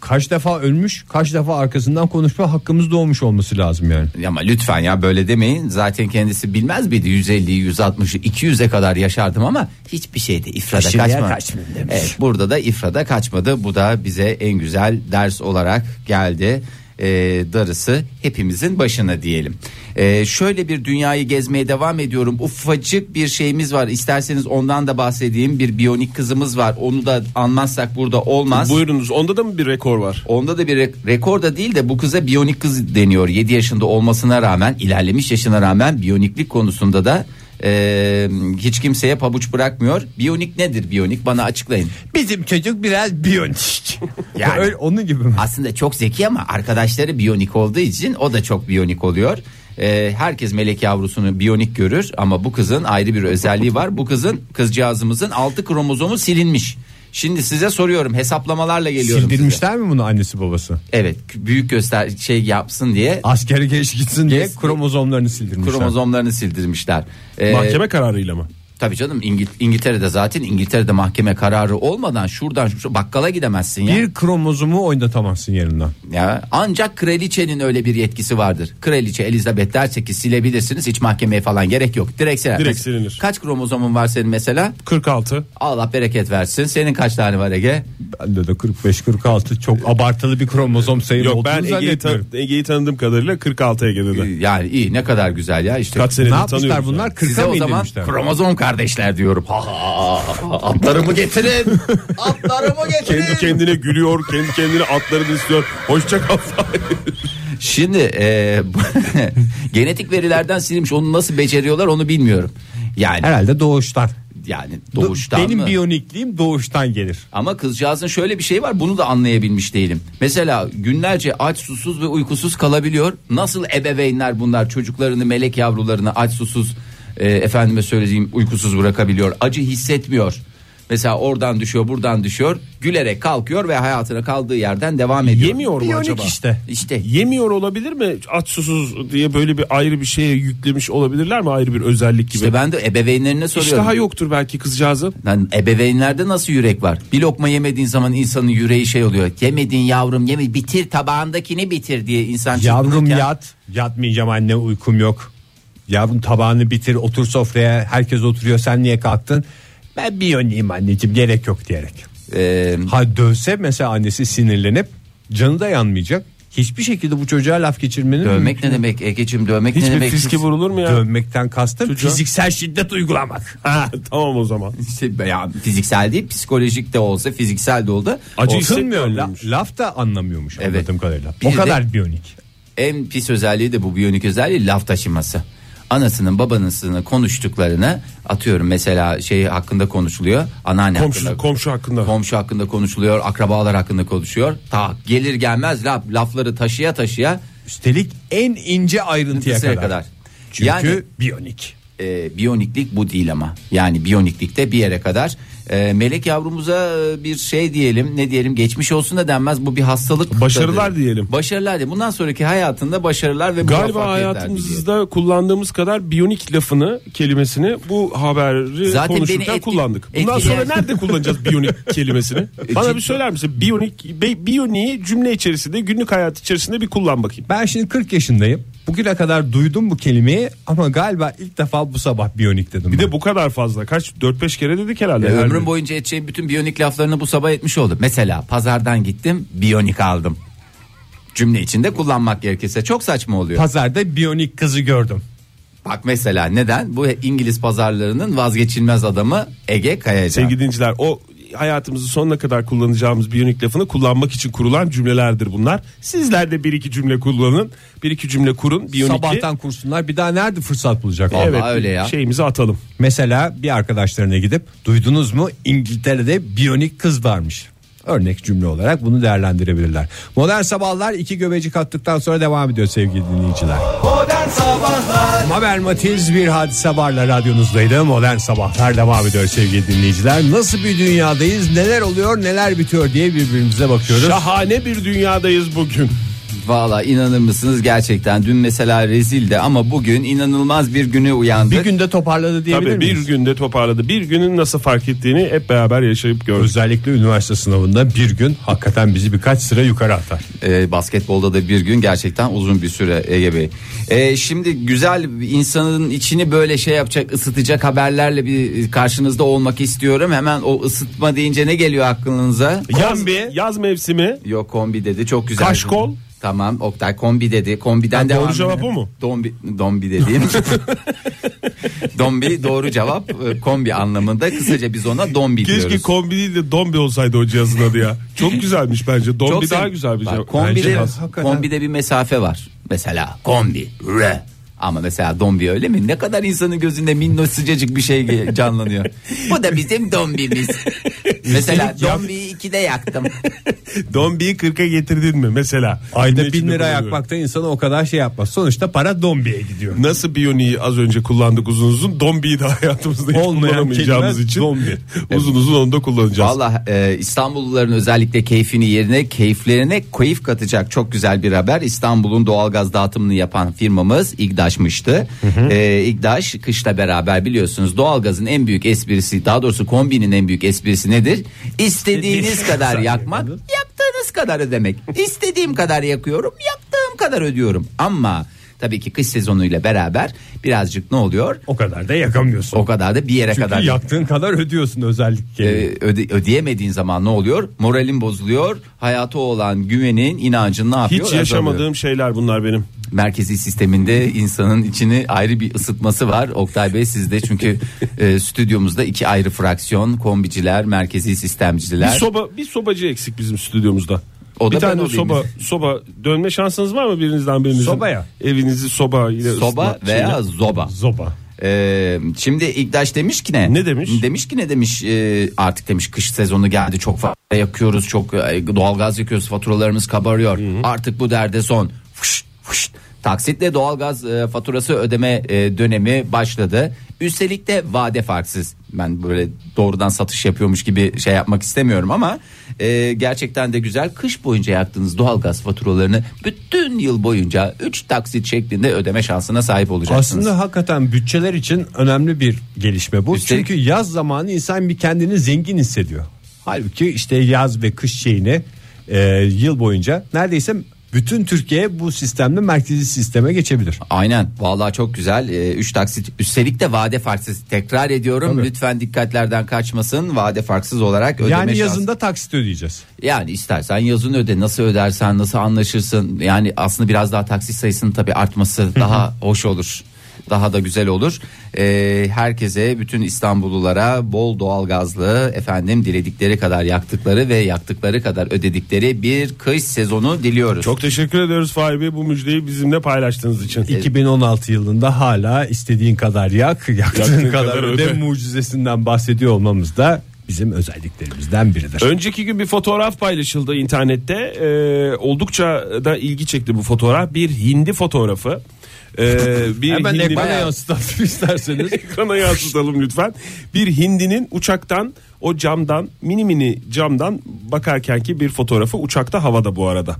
kaç defa ölmüş, kaç defa arkasından konuşma hakkımız doğmuş olması lazım yani. Ya Ama lütfen ya böyle demeyin. Zaten kendisi bilmez miydi 150'yi, 160'ı, 200'e kadar yaşardım ama hiçbir şeyde ifrada Şimdiye kaçmadım. kaçmayayım demiş. Evet, burada da ifrada kaçmadı. Bu da bize en güzel ders olarak geldi. Ee, darısı hepimizin başına diyelim. Ee, şöyle bir dünyayı gezmeye devam ediyorum. Ufacık bir şeyimiz var. İsterseniz ondan da bahsedeyim. Bir biyonik kızımız var. Onu da anmazsak burada olmaz. Buyurunuz onda da mı bir rekor var? Onda da bir re- rekor da değil de bu kıza biyonik kız deniyor. 7 yaşında olmasına rağmen ilerlemiş yaşına rağmen biyoniklik konusunda da e, hiç kimseye pabuç bırakmıyor. Biyonik nedir biyonik bana açıklayın. Bizim çocuk biraz biyonik. Yani. Öyle, onun gibi mi? Aslında çok zeki ama arkadaşları biyonik olduğu için o da çok biyonik oluyor. E, herkes melek yavrusunu biyonik görür ama bu kızın ayrı bir özelliği var. Bu kızın kızcağızımızın altı kromozomu silinmiş. Şimdi size soruyorum hesaplamalarla geliyorum. size. Sildirmişler mi bunu annesi babası? Evet büyük göster şey yapsın diye Askere geç gitsin diye Kes- kromozomlarını sildirmişler. kromozomlarını sildirmişler. Ee, Mahkeme kararıyla mı? Tabii canım İngil- İngiltere'de zaten İngiltere'de mahkeme kararı olmadan şuradan şu- şu bakkala gidemezsin ya. Bir kromozomu oynatamazsın yerinden. ya. Ancak kraliçenin öyle bir yetkisi vardır. Kraliçe Elizabeth derse ki silebilirsiniz hiç mahkemeye falan gerek yok. Direkt siler. Direkt Mes- silinir. Kaç kromozomun var senin mesela? 46. Allah bereket versin. Senin kaç tane var Ege? Bende de 45-46 çok abartılı bir kromozom sayımı Yok ben olduğunu Ege'yi, tan- zannetmiyorum. Ege'yi tanıdığım kadarıyla 46'ya gelirdi. Yani iyi ne kadar güzel ya işte. Kaç senedir Ne yapmışlar tanıyoruz bunlar? yani. 40'a Size mı o zaman indirmişler? kromozom kardeşler diyorum. Ha, ha, ha, ha. Atlarımı getirin. Atlarımı getirin. Kendi kendine gülüyor, kendi kendine atlarını istiyor. Hoşça kal. Şimdi e, bu- genetik verilerden silinmiş. Onu nasıl beceriyorlar onu bilmiyorum. Yani Herhalde doğuştan. yani doğuştan Benim mı? biyonikliğim doğuştan gelir. Ama kızcağızın şöyle bir şey var. Bunu da anlayabilmiş değilim. Mesela günlerce aç, susuz ve uykusuz kalabiliyor. Nasıl ebeveynler bunlar çocuklarını, melek yavrularını aç, susuz e, efendime söyleyeyim uykusuz bırakabiliyor. Acı hissetmiyor. Mesela oradan düşüyor, buradan düşüyor. Gülerek kalkıyor ve hayatına kaldığı yerden devam ediyor. Yemiyor mu acaba? işte. İşte Yemiyor olabilir mi? Aç susuz diye böyle bir ayrı bir şeye yüklemiş olabilirler mi? Ayrı bir özellik gibi. işte ben de ebeveynlerine soruyorum. İştaha yoktur belki kızcağızın. Lan ebeveynlerde nasıl yürek var? Bir lokma yemediğin zaman insanın yüreği şey oluyor. Yemedin yavrum yeme bitir tabağındakini bitir diye insan Yavrum çırpınırken- yat. Yatmayacağım anne uykum yok. Yavrum tabağını bitir otur sofraya. Herkes oturuyor sen niye kalktın? Ben biyoniğim anneciğim gerek yok diyerek. Ee, Ha dövse mesela annesi sinirlenip canı da yanmayacak. Hiçbir şekilde bu çocuğa laf geçirmenin dövmek ne demek Ege'cim dövmek ne Hiçbir demek? fiske vurulur mu ya? Dövmekten kastım Çocuğa- fiziksel şiddet uygulamak. Ha, tamam o zaman. İşte ya, fiziksel değil psikolojik de olsa fiziksel de oldu. Acı O- Isınmıyor la- hissetmiyormuş. laf da anlamıyormuş Evet. anladığım kadarıyla. Bir o de- kadar biyonik. en pis özelliği de bu biyonik özelliği laf taşıması. Anasının babasının konuştuklarını atıyorum mesela şey hakkında konuşuluyor. Anneanne Komşu, hakkında. komşu hakkında. komşu hakkında konuşuluyor, akrabalar hakkında konuşuyor. Ta gelir gelmez laf, lafları taşıya taşıya Üstelik en ince ayrıntıya Kısaya kadar. kadar. Çünkü Yani- biyonik. e, biyoniklik bu değil ama. Yani biyoniklikte bir yere kadar. E, melek yavrumuza e, bir şey diyelim, ne diyelim geçmiş olsun da denmez. Bu bir hastalık. Başarılar tadı. diyelim. Başarılar diye. Bundan sonraki hayatında başarılar ve Galiba muvaffakiyetler hayatımızda dileyelim. kullandığımız kadar biyonik lafını, kelimesini bu haberi Zaten beni konuşurken etki- kullandık. Bundan etkileyen- sonra nerede kullanacağız biyonik kelimesini? E, Bana bir söyler misin? Biyonik, be- biyoniği cümle içerisinde, günlük hayat içerisinde bir kullan bakayım. Ben şimdi 40 yaşındayım. Bugüne kadar duydum bu kelimeyi ama galiba ilk defa bu sabah biyonik dedim. Bir ben. de bu kadar fazla. Kaç? 4-5 kere dedik herhalde. Ve Her E, ömrüm gün. boyunca edeceğim bütün biyonik laflarını bu sabah etmiş oldum. Mesela pazardan gittim, biyonik aldım. Cümle içinde kullanmak gerekirse çok saçma oluyor. pazarda biyonik kızı gördüm. Bak mesela neden? Bu İngiliz pazarlarının vazgeçilmez adamı Ege Kayacan. Sevgili dinciler o hayatımızın sonuna kadar kullanacağımız biyonik lafını kullanmak için kurulan cümlelerdir bunlar. Sizler de bir iki cümle kullanın. Bir iki cümle kurun. Biyonikli. Sabahtan kursunlar bir daha nerede fırsat bulacak? Evet. Evet, Vallahi öyle ya. Şeyimizi atalım. Mesela bir arkadaşlarına gidip duydunuz mu İngiltere'de biyonik kız varmış. Örnek cümle olarak bunu değerlendirebilirler. Modern sabahlar iki göbecik attıktan sonra devam ediyor sevgili dinleyiciler. Modern Sabahlar Mabel Matiz bir hadise varla radyonuzdaydı. Modern sabahlar devam ediyor sevgili dinleyiciler. Nasıl bir dünyadayız neler oluyor neler bitiyor diye birbirimize bakıyoruz. Şahane bir dünyadayız bugün. Valla inanır mısınız gerçekten dün mesela rezildi ama bugün inanılmaz bir güne uyandık. Bir günde toparladı diyebilir Tabii miyiz? bir günde toparladı. Bir günün nasıl fark ettiğini hep beraber yaşayıp gördük. Özellikle üniversite sınavında bir gün hakikaten bizi birkaç sıra yukarı atar. Ee, basketbolda da bir gün gerçekten uzun bir süre Ege Bey. Ee, şimdi güzel bir insanın içini böyle şey yapacak ısıtacak haberlerle bir karşınızda olmak istiyorum. Hemen o ısıtma deyince ne geliyor aklınıza? Yaz, yaz mevsimi Yok kombi dedi çok güzel. Kaşkol. Tamam Oktay kombi dedi. Kombiden Ha, doğru devam. cevap o mu? Dombi, dombi dediğim. dombi doğru cevap e, kombi anlamında. Kısaca biz ona dombi Keşke diyoruz. kombi değil de dombi olsaydı o cihazın adı ya. Çok güzelmiş bence. Dombi Çok daha sev- güzel bir Bak, cihaz. Bence Kombide, yaz. kombide bir mesafe var. Mesela kombi. re. Ama mesela dombi öyle mi? Ne kadar insanın gözünde minnoş sıcacık bir şey ge- canlanıyor. Bu da bizim dombimiz. mesela dombiyi ikide yaktım. Dombiyi 40'a getirdin mi mesela? Günün Ayda bin içinde lira bulunuyorum. yakmakta insana o kadar şey yapmaz. Sonuçta para dombiye gidiyor. Nasıl Biyoni'yi az önce kullandık uzun uzun. Dombiyi de hayatımızda hiç Olmayan kullanamayacağımız kelime için. dombi. uzun uzun onu da kullanacağız. Valla e, İstanbulluların özellikle keyfini yerine keyiflerine keyif katacak çok güzel bir haber. İstanbul'un doğalgaz dağıtımını yapan firmamız İGDAŞ'mıştı. E, İGDAŞ kışla beraber biliyorsunuz doğalgazın en büyük esprisi daha doğrusu kombinin en büyük esprisi nedir? İstediğiniz kadar yakmak yaktığınız kadar ödemek. İstediğim kadar yakıyorum yaktığım kadar ödüyorum. Ama tabii ki kış sezonuyla beraber birazcık ne oluyor? O kadar da yakamıyorsun. O kadar da bir yere Çünkü kadar yaktığın kadar ödüyorsun özellikle. e, öde- ödeyemediğin zaman ne oluyor? Moralin bozuluyor. Hayata olan güvenin, inancın ne yapıyor? Hiç yaşamadığım şeyler bunlar benim. Azalıyor. Merkezi sisteminde insanın içini ayrı bir ısıtması var. Oktay Bey sizde çünkü e, stüdyomuzda iki ayrı fraksiyon. Kombiciler, merkezi Bir sistemciler. soba bir sobacı eksik bizim stüdyomuzda. O bir da ben tane olayım. soba soba dönme şansınız var mı birinizden birinizin? Sobaya. Evinizi soba ile soba ısıtmak veya şeyle. zoba. Zoba. E, şimdi İktaş demiş ki ne? Ne demiş? Demiş ki ne demiş e, artık demiş kış sezonu geldi çok fazla yakıyoruz çok e, doğalgaz yakıyoruz faturalarımız kabarıyor. Artık bu derde son. Fışt, fışt. Taksitle doğalgaz e, faturası ödeme e, dönemi başladı. Üstelik de vade farksız. Ben böyle doğrudan satış yapıyormuş gibi şey yapmak istemiyorum ama e, gerçekten de güzel. Kış boyunca yaktığınız doğalgaz faturalarını bütün yıl boyunca 3 taksit şeklinde ödeme şansına sahip olacaksınız. Aslında hakikaten bütçeler için önemli bir gelişme bu. Üstelik- Çünkü yaz zamanı insan bir kendini zengin hissediyor. Halbuki işte yaz ve kış şeyini e, yıl boyunca neredeyse bütün Türkiye bu sistemle merkezi sisteme geçebilir. Aynen vallahi çok güzel 3 taksit üstelik de vade farksız tekrar ediyorum Tabii. lütfen dikkatlerden kaçmasın vade farksız olarak ödeme yani şansı- yazında taksit ödeyeceğiz. yani istersen yazın öde nasıl ödersen nasıl anlaşırsın yani aslında biraz daha taksit sayısının tabi artması daha hoş olur daha da güzel olur E, herkese bütün İstanbullulara bol doğalgazlı efendim diledikleri kadar yaktıkları ve yaktıkları kadar ödedikleri bir kış sezonu diliyoruz. Çok teşekkür ediyoruz Fahri Bey bu müjdeyi bizimle paylaştığınız için. E, 2016 yılında hala istediğin kadar yak, yaktığın kadar, Yaktığın kadar öde öde. mucizesinden bahsediyor olmamız da bizim özelliklerimizden biridir. Önceki gün bir fotoğraf paylaşıldı internette. Ee, oldukça da ilgi çekti bu fotoğraf. Bir hindi fotoğrafı. Ee, bir Hemen hindinin- ekrana yansıtalım isterseniz. Ekrana yansıtalım lütfen. Bir hindinin uçaktan o camdan mini mini camdan bakarken ki bir fotoğrafı uçakta havada bu arada.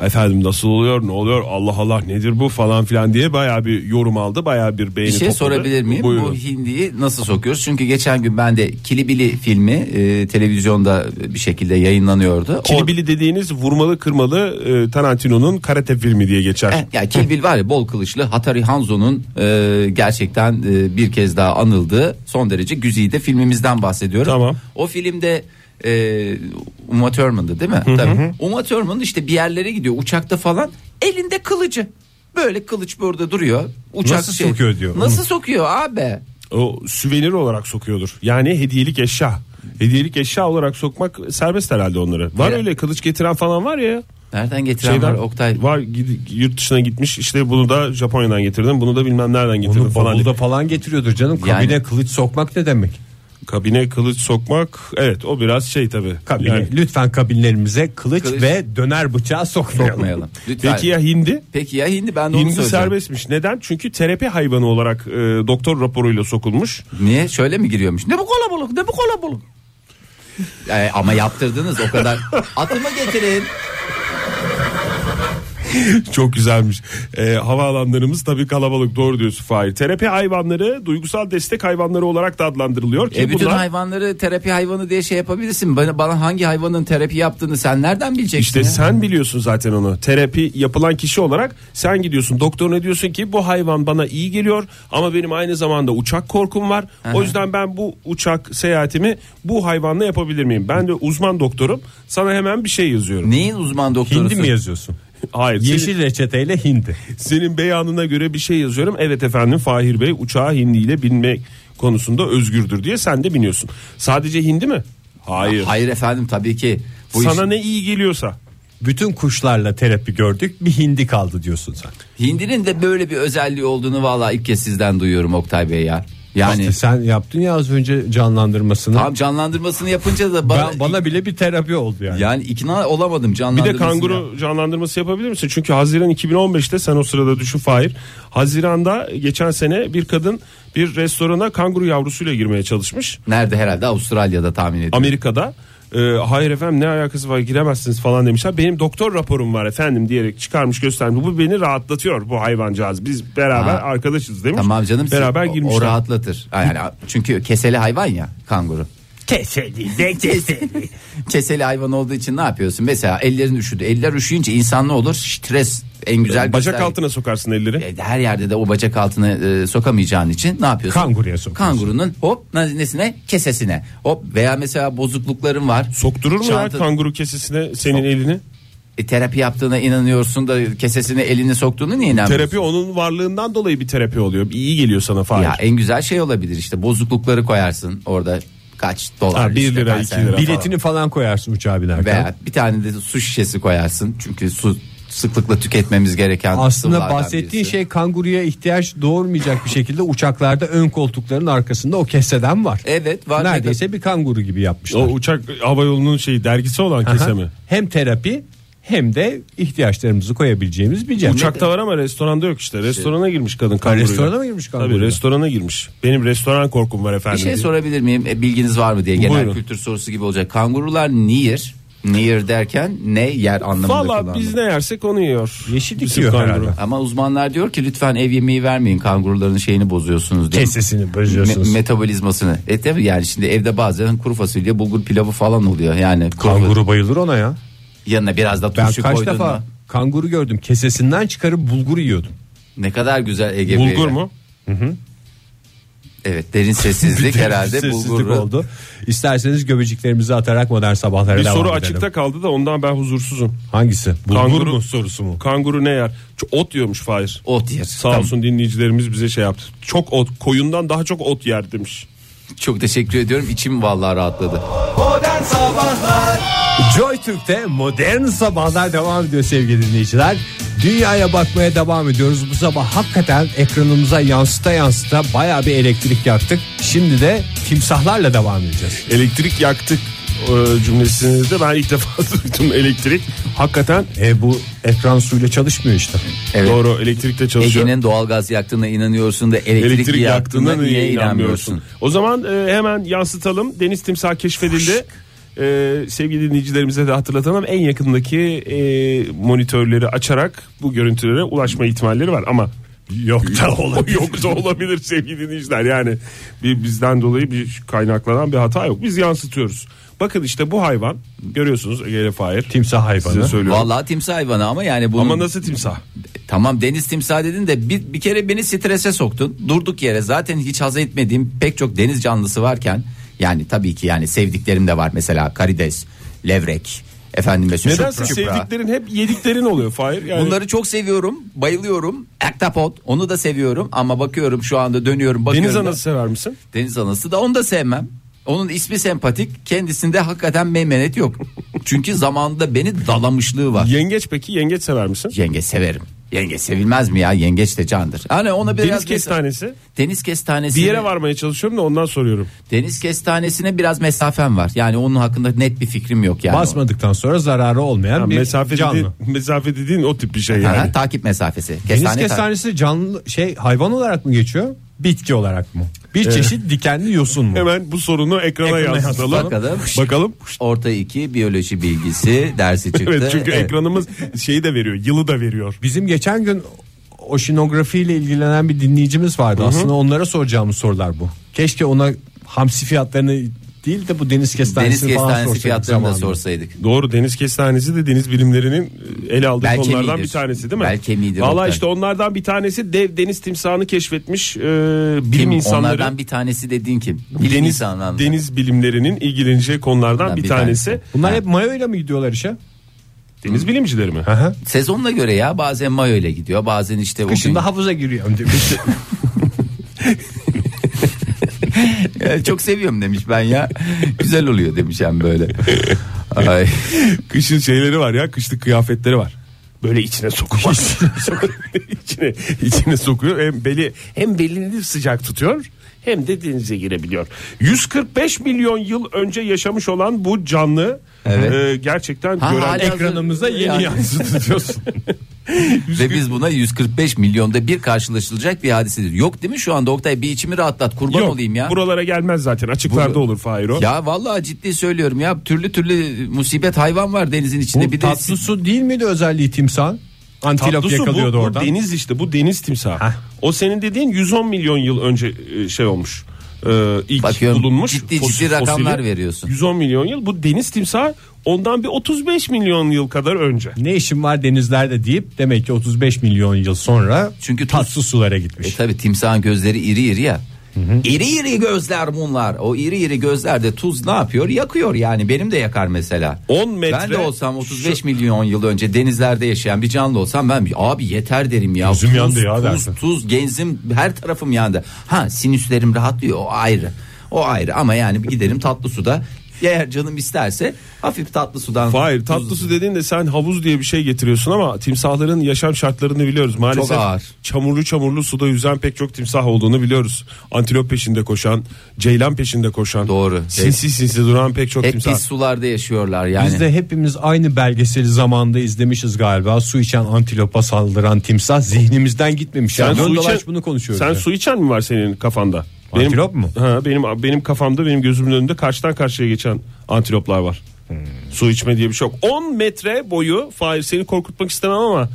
Efendim nasıl oluyor ne oluyor Allah Allah nedir bu falan filan diye baya bir yorum aldı baya bir beğeni Bir şey topladı. sorabilir miyim? Buyurun. Bu hindiyi nasıl sokuyoruz? Çünkü geçen gün ben de Kilibili filmi e, televizyonda bir şekilde yayınlanıyordu. Or- Kilibili dediğiniz vurmalı kırmalı e, Tarantino'nun karate filmi diye geçer. Eh, ya Kilbil var ya bol kılıçlı Hatari Hanzo'nun e, gerçekten e, bir kez daha anıldığı son derece güzide filmimizden bahsediyorum. Tamam. O filmde e, Uma Thurman'dı değil mi? Tabii. Uma Thurman işte bir yerlere gidiyor uçakta falan elinde kılıcı. Böyle kılıç burada duruyor. Uçak şey- Nasıl sokuyor diyor. Nasıl sokuyor abi? o süvenir olarak sokuyordur. Yani hediyelik eşya. Hediyelik eşya olarak sokmak serbest herhalde onları. Var Evet. öyle kılıç getiren falan var ya. Nereden getiren var Oktay? var gid- yurt dışına gitmiş işte bunu da Japonya'dan getirdim bunu da bilmem nereden getirdim Bunu falan. bavulda diye. falan getiriyordur canım. Yani- Kabine kılıç sokmak ne demek? Kabine kılıç sokmak evet o biraz şey tabii. Kabine. Yani- Lütfen kabinlerimize kılıç, Kılıç- ve döner bıçağı sokmayalım. Sokmayalım. Lütfen. Peki ya hindi? Peki ya hindi ben de onu Hindi söyleyeceğim. serbestmiş. Neden? Çünkü terapi hayvanı olarak e, doktor raporuyla sokulmuş. Niye? Şöyle mi giriyormuş? Ne bu kalabalık ne bu kalabalık. e, Ee, ama yaptırdınız o kadar. Atımı getirin. Çok güzelmiş. Ee, havaalanlarımız tabii kalabalık doğru diyorsun Fahir. Terapi hayvanları duygusal destek hayvanları olarak da adlandırılıyor. Ki E bütün bunlar hayvanları terapi hayvanı diye şey yapabilirsin. Bana, bana hangi hayvanın terapi yaptığını sen nereden bileceksin? işte ya? sen biliyorsun zaten onu. Terapi yapılan kişi olarak sen gidiyorsun doktoruna diyorsun ki bu hayvan bana iyi geliyor ama benim aynı zamanda uçak korkum var. O yüzden ben bu uçak seyahatimi bu hayvanla yapabilir miyim? Ben de uzman doktorum. Sana hemen bir şey yazıyorum. Neyin uzman doktorusun? Hindi mi yazıyorsun? Hayır. senin- Yeşil reçeteyle hindi. Senin beyanına göre bir şey yazıyorum. Evet efendim Fahir Bey uçağa hindiyle binmek konusunda özgürdür diye sen de biniyorsun. Sadece hindi mi? Hayır. Hayır efendim tabii ki. Bu Sana iş- ne iyi geliyorsa. Bütün kuşlarla terapi gördük bir hindi kaldı diyorsun sen. Hindinin de böyle bir özelliği olduğunu vallahi ilk kez sizden duyuyorum Oktay Bey ya. Yani İşte sen yaptın ya az önce canlandırmasını. tam canlandırmasını yapınca da bana, Ben, bana bile bir terapi oldu yani. yani ikna olamadım Bir canlandırmasını. de kanguru canlandırması yapabilir misin? Çünkü Haziran 2015'te sen o sırada düşün Fahir. Haziran'da geçen sene bir kadın bir restorana kanguru yavrusuyla girmeye çalışmış. Nerede herhalde Avustralya'da tahmin ediyorum. Amerika'da. Ee, hayır efendim ne alakası var giremezsiniz falan demişler. Benim doktor raporum var efendim diyerek çıkarmış göstermiş. Bu beni rahatlatıyor bu hayvancağız. Biz beraber Ha. arkadaşız demiş. Tamam canım siz- Beraber o- girmişler. O rahatlatır. Ha, Yani çünkü keseli hayvan ya kanguru. Keseli, keseli. keseli hayvan olduğu için ne yapıyorsun? Mesela ellerin üşüdü. Eller üşüyünce insan ne olur? Stres en güzel Bacak gösterge. altına sokarsın elleri. E, her yerde de o bacak altına e, sokamayacağın için ne yapıyorsun? Kanguruya sokuyorsun. Kangurunun hop nesine kesesine. Hop veya mesela bozuklukların var. Sokturur mu Çanta- ya kanguru kesesine senin elini? E, terapi yaptığına inanıyorsun da kesesine elini soktuğunu niye inanmıyorsun? Terapi onun varlığından dolayı bir terapi oluyor. İyi geliyor sana Fahir. Ya en güzel şey olabilir işte bozuklukları koyarsın orada kaç dolar. Ha, bir işte lira, ben iki sen- lira. Biletini falan koyarsın uçağa binerken. Veya bir tane de su şişesi koyarsın çünkü su sıklıkla tüketmemiz gereken Aslında sıvılardan bahsettiğin birisi. şey kanguruya ihtiyaç doğurmayacak bir şekilde uçaklarda ön koltukların arkasında o keseden var. Evet var. Neredeyse bir kanguru gibi O yapmışlar. uçak havayolunun şeyi dergisi olan Aha. kese mi? Hem terapi hem de ihtiyaçlarımızı koyabileceğimiz bir cep. Uçakta var ama restoranda yok Şey- işte. Restorana girmiş kadın kanguruyla. restorana mı girmiş kanguruyla? Tabii restorana girmiş. Benim restoran korkum var Bir efendim. şey diye. sorabilir miyim? E, bilginiz var mı diye genel Buyurun. kültür sorusu gibi olacak. Kangurular near, near derken ne yer anlamında Valla kullanılır. biz ne yersek onu yiyor. Yeşil Bizim yiyor kanguru. herhalde. Ama uzmanlar diyor ki lütfen ev yemeği vermeyin kanguruların şeyini bozuyorsunuz diyor. Kesesini Me- bozuyorsunuz. metabolizmasını. E tabii yani şimdi evde bazen kuru fasulye, bulgur pilavı falan oluyor. Yani kuru- Kanguru bayılır ona ya. yanına biraz da Ben turşu kaç koydun defa mu? kanguru gördüm. Kesesinden çıkarıp bulgur yiyordum. Ne kadar güzel Ege Bey'le. Bulgur mu? Evet, derin sessizlik herhalde Sessizlik bulgur oldu. İsterseniz göbeciklerimizi atarak modern sabahlara Bir devam soru edelim. açıkta kaldı da ondan ben huzursuzum. Hangisi? Bulgur Kanguru- mu sorusu mu? Kanguru ne yer? Ç- Ot yiyormuş Fahir. Ot yer. Sağ olsun dinleyicilerimiz bize şey yaptı. Çok ot, koyundan daha çok ot yer demiş. Çok teşekkür ediyorum. İçim vallahi rahatladı. Modern Sabahlar Joy Türk'te modern sabahlar devam ediyor sevgili dinleyiciler. Dünyaya bakmaya devam ediyoruz. Bu sabah hakikaten ekranımıza yansıta yansıta baya bir elektrik yaktık. Şimdi de timsahlarla devam edeceğiz. Elektrik yaktık e, cümlesini de ben ilk defa duydum elektrik. Hakikaten E bu ekran suyla çalışmıyor işte. Evet. doğru elektrikte çalışıyor. Ege'nin doğalgaz yaktığına inanıyorsun da elektrik, Elektrik yaktığına, yaktığına niye inanmıyorsun? inanmıyorsun? O zaman e, hemen yansıtalım. Deniz timsah keşfedildi. E, sevgili dinleyicilerimize de hatırlatalım. En yakındaki e, monitörleri açarak bu görüntülere ulaşma ihtimalleri var ama yok da olabilir. yok da olabilir sevgili dinleyiciler. Yani bir bizden dolayı bir kaynaklanan bir hata yok. Biz yansıtıyoruz. Bakın işte bu hayvan görüyorsunuz Ege'yle Fahir. Timsah hayvanı. Size söylüyorum. Vallahi timsah hayvanı ama yani bunun Ama nasıl timsah? tamam deniz timsah dedin de bir, bir kere beni strese soktun. Durduk yere zaten hiç haz etmediğim pek çok deniz canlısı varken yani tabii ki yani sevdiklerim de var mesela karides, levrek, efendim mesela Nedense sevdiklerin hep yediklerin oluyor Fahir. Yani Bunları çok seviyorum, bayılıyorum. Aktapot onu da seviyorum ama bakıyorum şu anda dönüyorum bakıyorum. deniz da- anası sever misin? Deniz anası da onu da sevmem. Onun ismi sempatik kendisinde hakikaten meymenet yok. Çünkü zamanında beni dalamışlığı var. Yengeç peki yengeç sever misin? Yenge severim. Yenge sevilmez mi ya? Yengeç de candır. Hani ona biraz Deniz kestanesi. Deniz kestanesi. Bir yere varmaya çalışıyorum da ondan soruyorum. Deniz kestanesine biraz mesafem var. Yani onun hakkında net bir fikrim yok yani. Basmadıktan sonra zararı olmayan Yani bir mesafe, canlı. dediğin, mesafe dediğin o tip bir şey Aha, yani. takip mesafesi. Deniz Kestane takip. kestanesi canlı şey hayvan olarak mı geçiyor? Bitki olarak mı? Bir çeşit dikenli yosun mu? Hemen bu sorunu ekrana, Ekrana yansıtalım. Bakalım. Bakalım. Orta 2 biyoloji bilgisi dersi çıktı. Evet çünkü Evet. ekranımız şeyi de veriyor, yılı da veriyor. Bizim geçen gün oşinografiyle ilgilenen bir dinleyicimiz vardı. Aslında onlara soracağımız sorular bu. Keşke ona hamsi fiyatlarını değil de bu deniz Deniz kestanesi falan kestanesi sorsaydık fiyatlarını da zamanında. sorsaydık. Doğru deniz kestanesi de deniz bilimlerinin e, ele aldığı Bel konulardan kemiğidir. bir tanesi değil mi? Bel kemiğidir Valla Oktay. işte onlardan bir tanesi dev deniz timsahını keşfetmiş e, bilim Kim? insanları. Onlardan bir tanesi dediğin kim? Bilim deniz insanı anlamda. deniz bilimlerinin ilgileneceği konulardan Ondan bir, bir tanesi. tanesi. Bunlar hep mayoyla mı gidiyorlar işe? Deniz bilimcileri mi? Sezonuna göre ya bazen mayo ile gidiyor bazen işte o gün- Kışında havuza giriyor. Ya, Çok seviyorum demiş ben ya. Güzel oluyor demiş hem böyle. Ay. Kışın şeyleri var ya, kışlık kıyafetleri var. Böyle içine sokuyor. içine içine sokuyor. Hem beli hem belini sıcak tutuyor hem de denize girebiliyor. 145 milyon yıl önce yaşamış olan bu canlı Evet. e, gerçekten Ha, gören hala- Ekranımıza yeni Yani- yansıdı diyorsun. Ve biz buna 145 milyonda bir karşılaşılacak bir hadisedir. Yok değil mi şu anda Oktay bir içimi rahatlat kurban Yok, olayım ya. Buralara gelmez zaten. Açıklarda Bur- olur Fahir o. Ya vallahi ciddi söylüyorum ya türlü türlü musibet hayvan var denizin içinde. Bu bir de tatlı su değil miydi özelliği timsah? Antilop Tatlısu yakalıyordu bu, oradan. Bu deniz işte bu deniz timsahı. O senin dediğin 110 milyon yıl önce e, şey olmuş. e, ilk Bakıyorum, bulunmuş. ciddi ciddi rakamlar veriyorsun. 110 milyon yıl bu deniz timsahı ondan bir 35 milyon yıl kadar önce. Ne işim var denizlerde deyip demek ki 35 milyon yıl sonra Çünkü çünkü tuz- tatlı sulara gitmiş. E tabi timsahın gözleri iri iri ya. İri iri gözler bunlar. O iri iri gözlerde tuz ne yapıyor? Yakıyor yani. Benim de yakar mesela. 10 metre- Ben de olsam 35 milyon yıl önce denizlerde yaşayan bir canlı olsam ben abi yeter derim ya. Gözüm yandı ya Tuz, dersin. tuz, tuz, genzim her tarafım yandı. Ha sinüslerim rahatlıyor o ayrı. O ayrı ama yani bir giderim tatlı suda. Eğer canım isterse hafif tatlı sudan. Hayır tuz- tatlı su dediğin de sen havuz diye bir şey getiriyorsun ama timsahların yaşam şartlarını biliyoruz. Maalesef Çok ağır. çamurlu çamurlu suda yüzen pek çok timsah olduğunu biliyoruz. Antilop peşinde koşan, ceylan peşinde koşan. Doğru. Sinsi sinsi duran pek çok Hep timsah. e, pis sularda yaşıyorlar yani. Biz de hepimiz aynı belgeseli zamanda izlemişiz galiba. Su içen antilopa saldıran timsah zihnimizden gitmemiş. Sen yani. su Dön dolaş içen- bunu konuşuyoruz. Sen ya. su içen mi var senin kafanda? Antilop mu? Ha, benim benim kafamda benim gözümün önünde karşıdan karşıya geçen antiloplar var. Hmm. Su içme diye bir şey yok. 10 metre boyu Fahir seni korkutmak istemem ama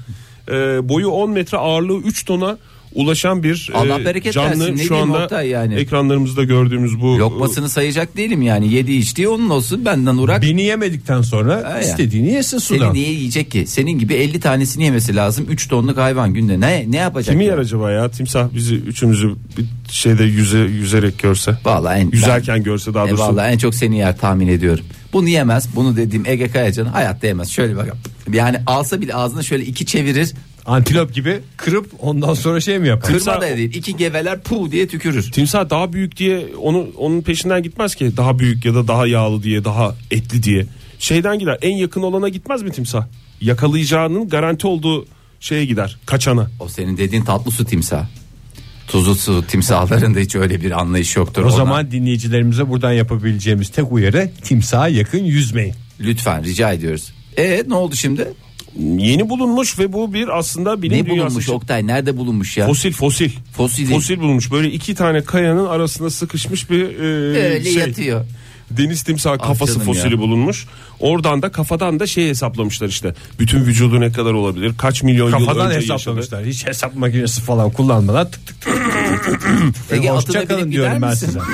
e, boyu 10 metre ağırlığı 3 tona ulaşan bir e, Allah bereket canlı versin. Ne şu diyeyim anda Oktay yani? ekranlarımızda gördüğümüz bu Lokmasını sayacak değilim yani. Yedi içtiği onun olsun benden e, uğrak. Beni yemedikten sonra ya. istediğini yesin Seni sudan. niye yiyecek ki? Senin gibi 50 tanesini yemesi lazım. 3 tonluk hayvan günde ne ne yapacak? kimi ya? yer acaba ya timsah bizi üçümüzü bir şeyde yüze yüzerek görse. Vallahi en, Yüzerken görse daha ben, e, doğrusu. vallahi en çok seni yer tahmin ediyorum. Bunu yemez. Bunu dediğim Ege Kayacan hayatta yemez. Şöyle bak. Yani alsa bile ağzına şöyle iki çevirir. Antilop gibi kırıp ondan sonra şey mi yapar? Kırma da değil. İki geveler pu diye tükürür. Timsah daha büyük diye onu onun peşinden gitmez ki. Daha büyük ya da daha yağlı diye, daha etli diye. Şeyden gider. En yakın olana gitmez mi timsah? Yakalayacağının garanti olduğu şeye gider. Kaçana. O senin dediğin tatlı su timsah. Tuzlu su timsahlarında hiç öyle bir anlayış yoktur. O Ona- zaman dinleyicilerimize buradan yapabileceğimiz tek uyarı timsaha yakın yüzmeyin. lütfen rica ediyoruz. E ne oldu şimdi? Yeni bulunmuş ve bu bir aslında bilim Ne dünyası bulunmuş için- Oktay? Nerede bulunmuş ya? Fosil fosil. Fosil değil. Fosil bulmuş. Böyle iki tane kayanın arasında sıkışmış bir e, Öyle şey. yatıyor. Ah Deniz timsah kafası canım fosili ya. bulunmuş. Oradan da kafadan da şey hesaplamışlar işte. Bütün vücudu ne kadar olabilir? Kaç milyon yıl Kafadan önce yaşadı? hesaplamışlar. Hiç hesap makinesi falan kullanmadan tık tık tık tık tık tık tık. Ege, E, atına Hoşça binip kalın diyorum gider ben misin? size.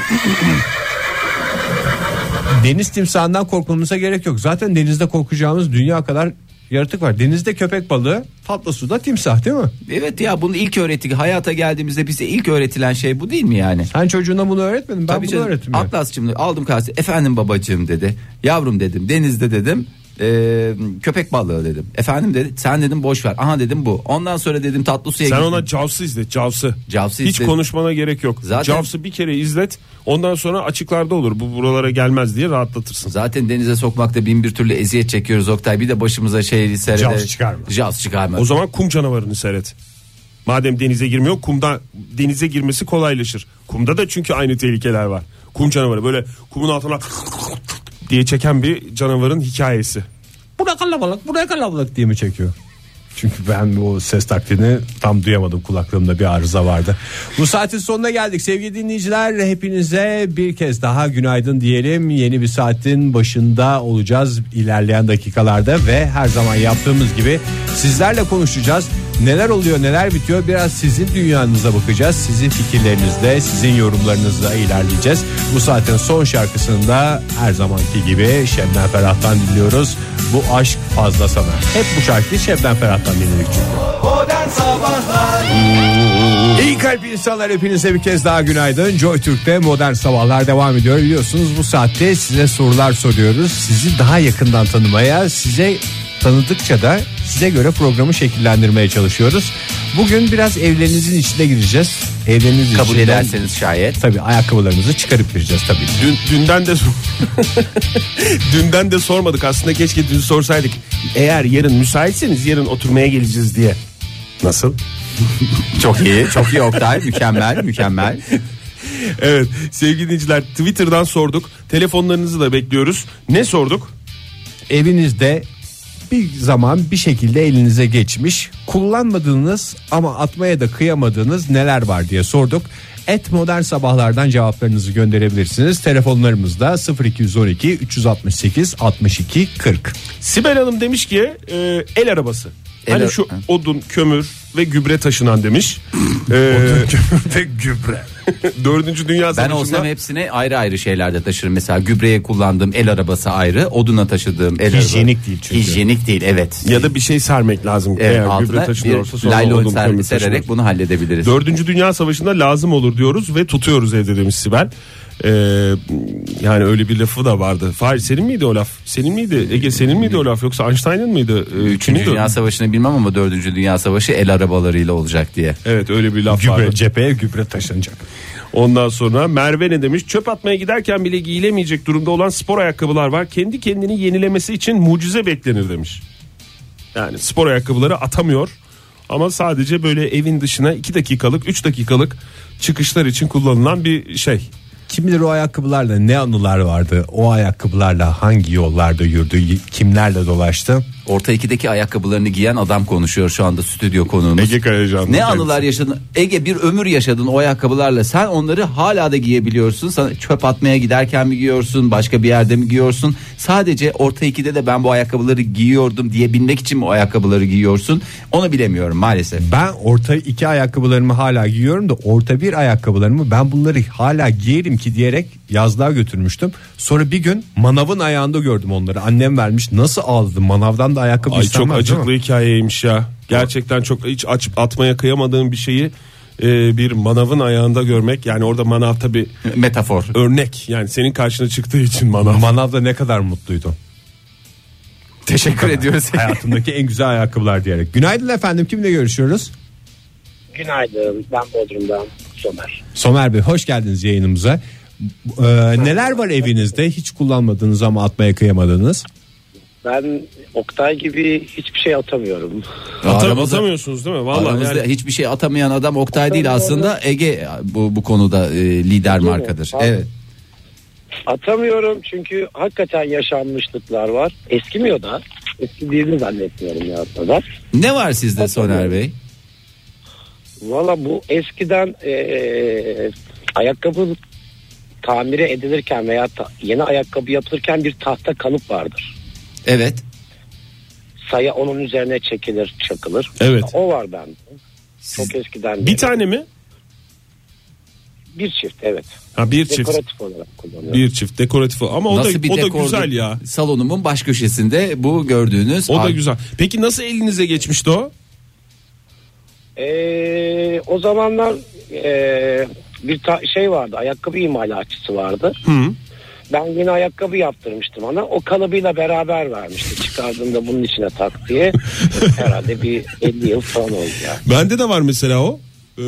Deniz timsahından korkmamıza gerek yok. Zaten denizde korkacağımız dünya kadar yaratık var. Denizde köpek balığı, tatlı suda timsah değil mi? Evet ya bunu ilk öğrettik. Hayata geldiğimizde bize ilk öğretilen şey bu değil mi yani? Sen çocuğuna bunu öğretmedin. Ben Tabii bunu canım. öğrettim. ya. Atlasçım aldım karşı. Efendim babacığım dedi. Yavrum dedim. Denizde dedim. Ee, köpek balığı dedim. Efendim dedi. Sen dedim boş ver. Aha dedim bu. Ondan sonra dedim tatlı suya Sen gittim. ona Jaws'ı izlet Jaws'ı. Jaws'ı Hiç izledim. konuşmana gerek yok. Zaten- Jaws'ı bir kere izlet ondan sonra açıklarda olur. Bu buralara gelmez diye rahatlatırsın. Zaten denize sokmakta bin bir türlü eziyet çekiyoruz Oktay. Bir de başımıza şey serede. Jaws çıkarma. Jaws çıkarma. O zaman kum canavarını seyret. Madem denize girmiyor kumda denize girmesi kolaylaşır. Kumda da çünkü aynı tehlikeler var. Kum canavarı böyle kumun altına diye çeken bir canavarın hikayesi. Buraya kalabalık, buraya kalabalık diye mi çekiyor? Çünkü ben o ses taklidini tam duyamadım kulaklarımda bir arıza vardı. Bu saatin sonuna geldik sevgili dinleyiciler. Hepinize bir kez daha günaydın diyelim. Yeni bir saatin başında olacağız ilerleyen dakikalarda ve her zaman yaptığımız gibi sizlerle konuşacağız. Neler oluyor neler bitiyor biraz sizin dünyanıza bakacağız. Sizin fikirlerinizle sizin yorumlarınızla ilerleyeceğiz. Bu saatin son şarkısını da her zamanki gibi Şebnem Ferah'tan dinliyoruz. Bu aşk fazla sana. Hep bu şarkıyı Şebnem Ferah'tan dinledik çünkü. Modern Sabahlar İyi kalp insanlar hepinize bir kez daha günaydın. Joy Türk'te modern sabahlar devam ediyor. Biliyorsunuz bu saatte size sorular soruyoruz. Sizi daha yakından tanımaya, size tanıdıkça da size göre programı şekillendirmeye çalışıyoruz. Bugün biraz evlerinizin içine gireceğiz. Evlerinizin Kabul içinden- ederseniz şayet. Tabii ayakkabılarımızı çıkarıp gireceğiz tabii. Dün, dünden de sor- dünden de sormadık aslında keşke dün sorsaydık. Eğer yarın müsaitseniz yarın oturmaya geleceğiz diye. Nasıl? Çok iyi. Çok iyi Oktay. Mükemmel. Mükemmel. Evet sevgili dinleyiciler Twitter'dan sorduk. Telefonlarınızı da bekliyoruz. Ne sorduk? evinizde bir zaman bir şekilde elinize geçmiş kullanmadığınız ama atmaya da kıyamadığınız neler var diye sorduk. Et modern sabahlardan cevaplarınızı gönderebilirsiniz. Telefonlarımızda 0212 368 62 40. Sibel Hanım demiş ki e, el arabası. El hani ara- şu odun, kömür ve gübre taşınan demiş. E, Ve gübre. dördüncü Dünya Ben Savaşı'nda. olsam hepsini ayrı ayrı şeylerde taşırım. Mesela gübreye kullandığım el arabası ayrı, oduna taşıdığım el arabası. Hijyenik değil çünkü. Hijyenik değil evet. Ya da bir şey sermek lazım. Evet, Eğer gübre altına taşınıyorsa bir sonra laylon odun, ser- kömür sererek taşınır. bunu halledebiliriz. Dördüncü Dünya Savaşı'nda lazım olur diyoruz ve tutuyoruz evde demiş Sibel. E, yani öyle bir lafı da vardı. Fahir senin miydi o laf? Senin miydi? Ege senin miydi o laf? Yoksa Einstein'ın mıydı? E, Üçüncü kimindi o? Dünya Savaşı'nı bilmem ama dördüncü Dünya Savaşı el arabalarıyla olacak diye. Evet öyle bir laf vardı. Gübre cepheye gübre taşınacak. Ondan sonra Merve ne demiş? Çöp atmaya giderken bile giyilemeyecek durumda olan spor ayakkabılar var. Kendi kendini yenilemesi için mucize beklenir demiş. Yani spor ayakkabıları atamıyor. Ama sadece böyle evin dışına 2 dakikalık 3 dakikalık çıkışlar için kullanılan bir şey. Kim bilir o ayakkabılarla ne anılar vardı? O ayakkabılarla hangi yollarda yürüdü? Kimlerle dolaştı? Orta ikideki ayakkabılarını giyen adam konuşuyor şu anda stüdyo konuğumuz. Ege Kayacan. ne anılar yaşadın? Ege bir ömür yaşadın o ayakkabılarla. Sen onları hala da giyebiliyorsun. Sana çöp atmaya giderken mi giyiyorsun? Başka bir yerde mi giyiyorsun? Sadece orta ikide de ben bu ayakkabıları giyiyordum diye bilmek için mi o ayakkabıları giyiyorsun? Onu bilemiyorum maalesef. Ben orta iki ayakkabılarımı hala giyiyorum da orta bir ayakkabılarımı ben bunları hala giyerim ki diyerek yazlığa götürmüştüm. Sonra bir gün manavın ayağında gördüm onları. Annem vermiş nasıl ağladım manavdan da ayakkabı Ay çok istenmez değil mi? acıklı hikayeymiş ya. Gerçekten çok hiç açıp atmaya kıyamadığım bir şeyi e, bir manavın ayağında görmek. Yani orada manav tabi Metafor. örnek. Yani senin karşına çıktığı için manav. Manavda ne kadar mutluydum. Teşekkür ediyoruz. Hayatımdaki en güzel ayakkabılar diyerek. Günaydın efendim kimle görüşüyoruz? Günaydın. Ben Bodrum'dan Somer. Somer Bey hoş geldiniz yayınımıza. Ee, neler var evinizde hiç kullanmadığınız ama atmaya kıyamadığınız? Ben Oktay gibi hiçbir şey atamıyorum. Atam- Aramızda- atamıyorsunuz değil mi? Vallahi Aramızda yani- hiçbir şey atamayan adam Oktay değil aslında Ege e, bu, bu konuda e, lider markadır. Abi. Evet. Atamıyorum çünkü hakikaten yaşanmışlıklar var. Eskimiyor da. Eskidiğini zannetmiyorum ya aslında. Ne var sizde Soner Bey? Valla bu eskiden eee, ayakkabı tamire edilirken veya ta- yeni ayakkabı yapılırken bir tahta kalıp vardır. Evet. Saya onun üzerine çekilir, çakılır. Evet. O var bende. Çok eskiden. Bir beri. tane mi? Bir çift evet. Ha bir çift. Dekoratif olarak kullanıyorum. Bir çift dekoratif. Ama o da Nasıl bir o da dekordu? güzel ya. Salonumun baş köşesinde bu gördüğünüz. O da ar- güzel. Peki nasıl elinize geçmişti o? Ee, o zamanlar ee, bir ta- şey vardı ayakkabı imalatçısı vardı. Ben yeni ayakkabı yaptırmıştım ona. O kalıbıyla beraber vermişti. Çıkardığımda bunun içine tak diye. Herhalde bir 50 yıl falan oldu ya. Bende de var mesela o. Ee,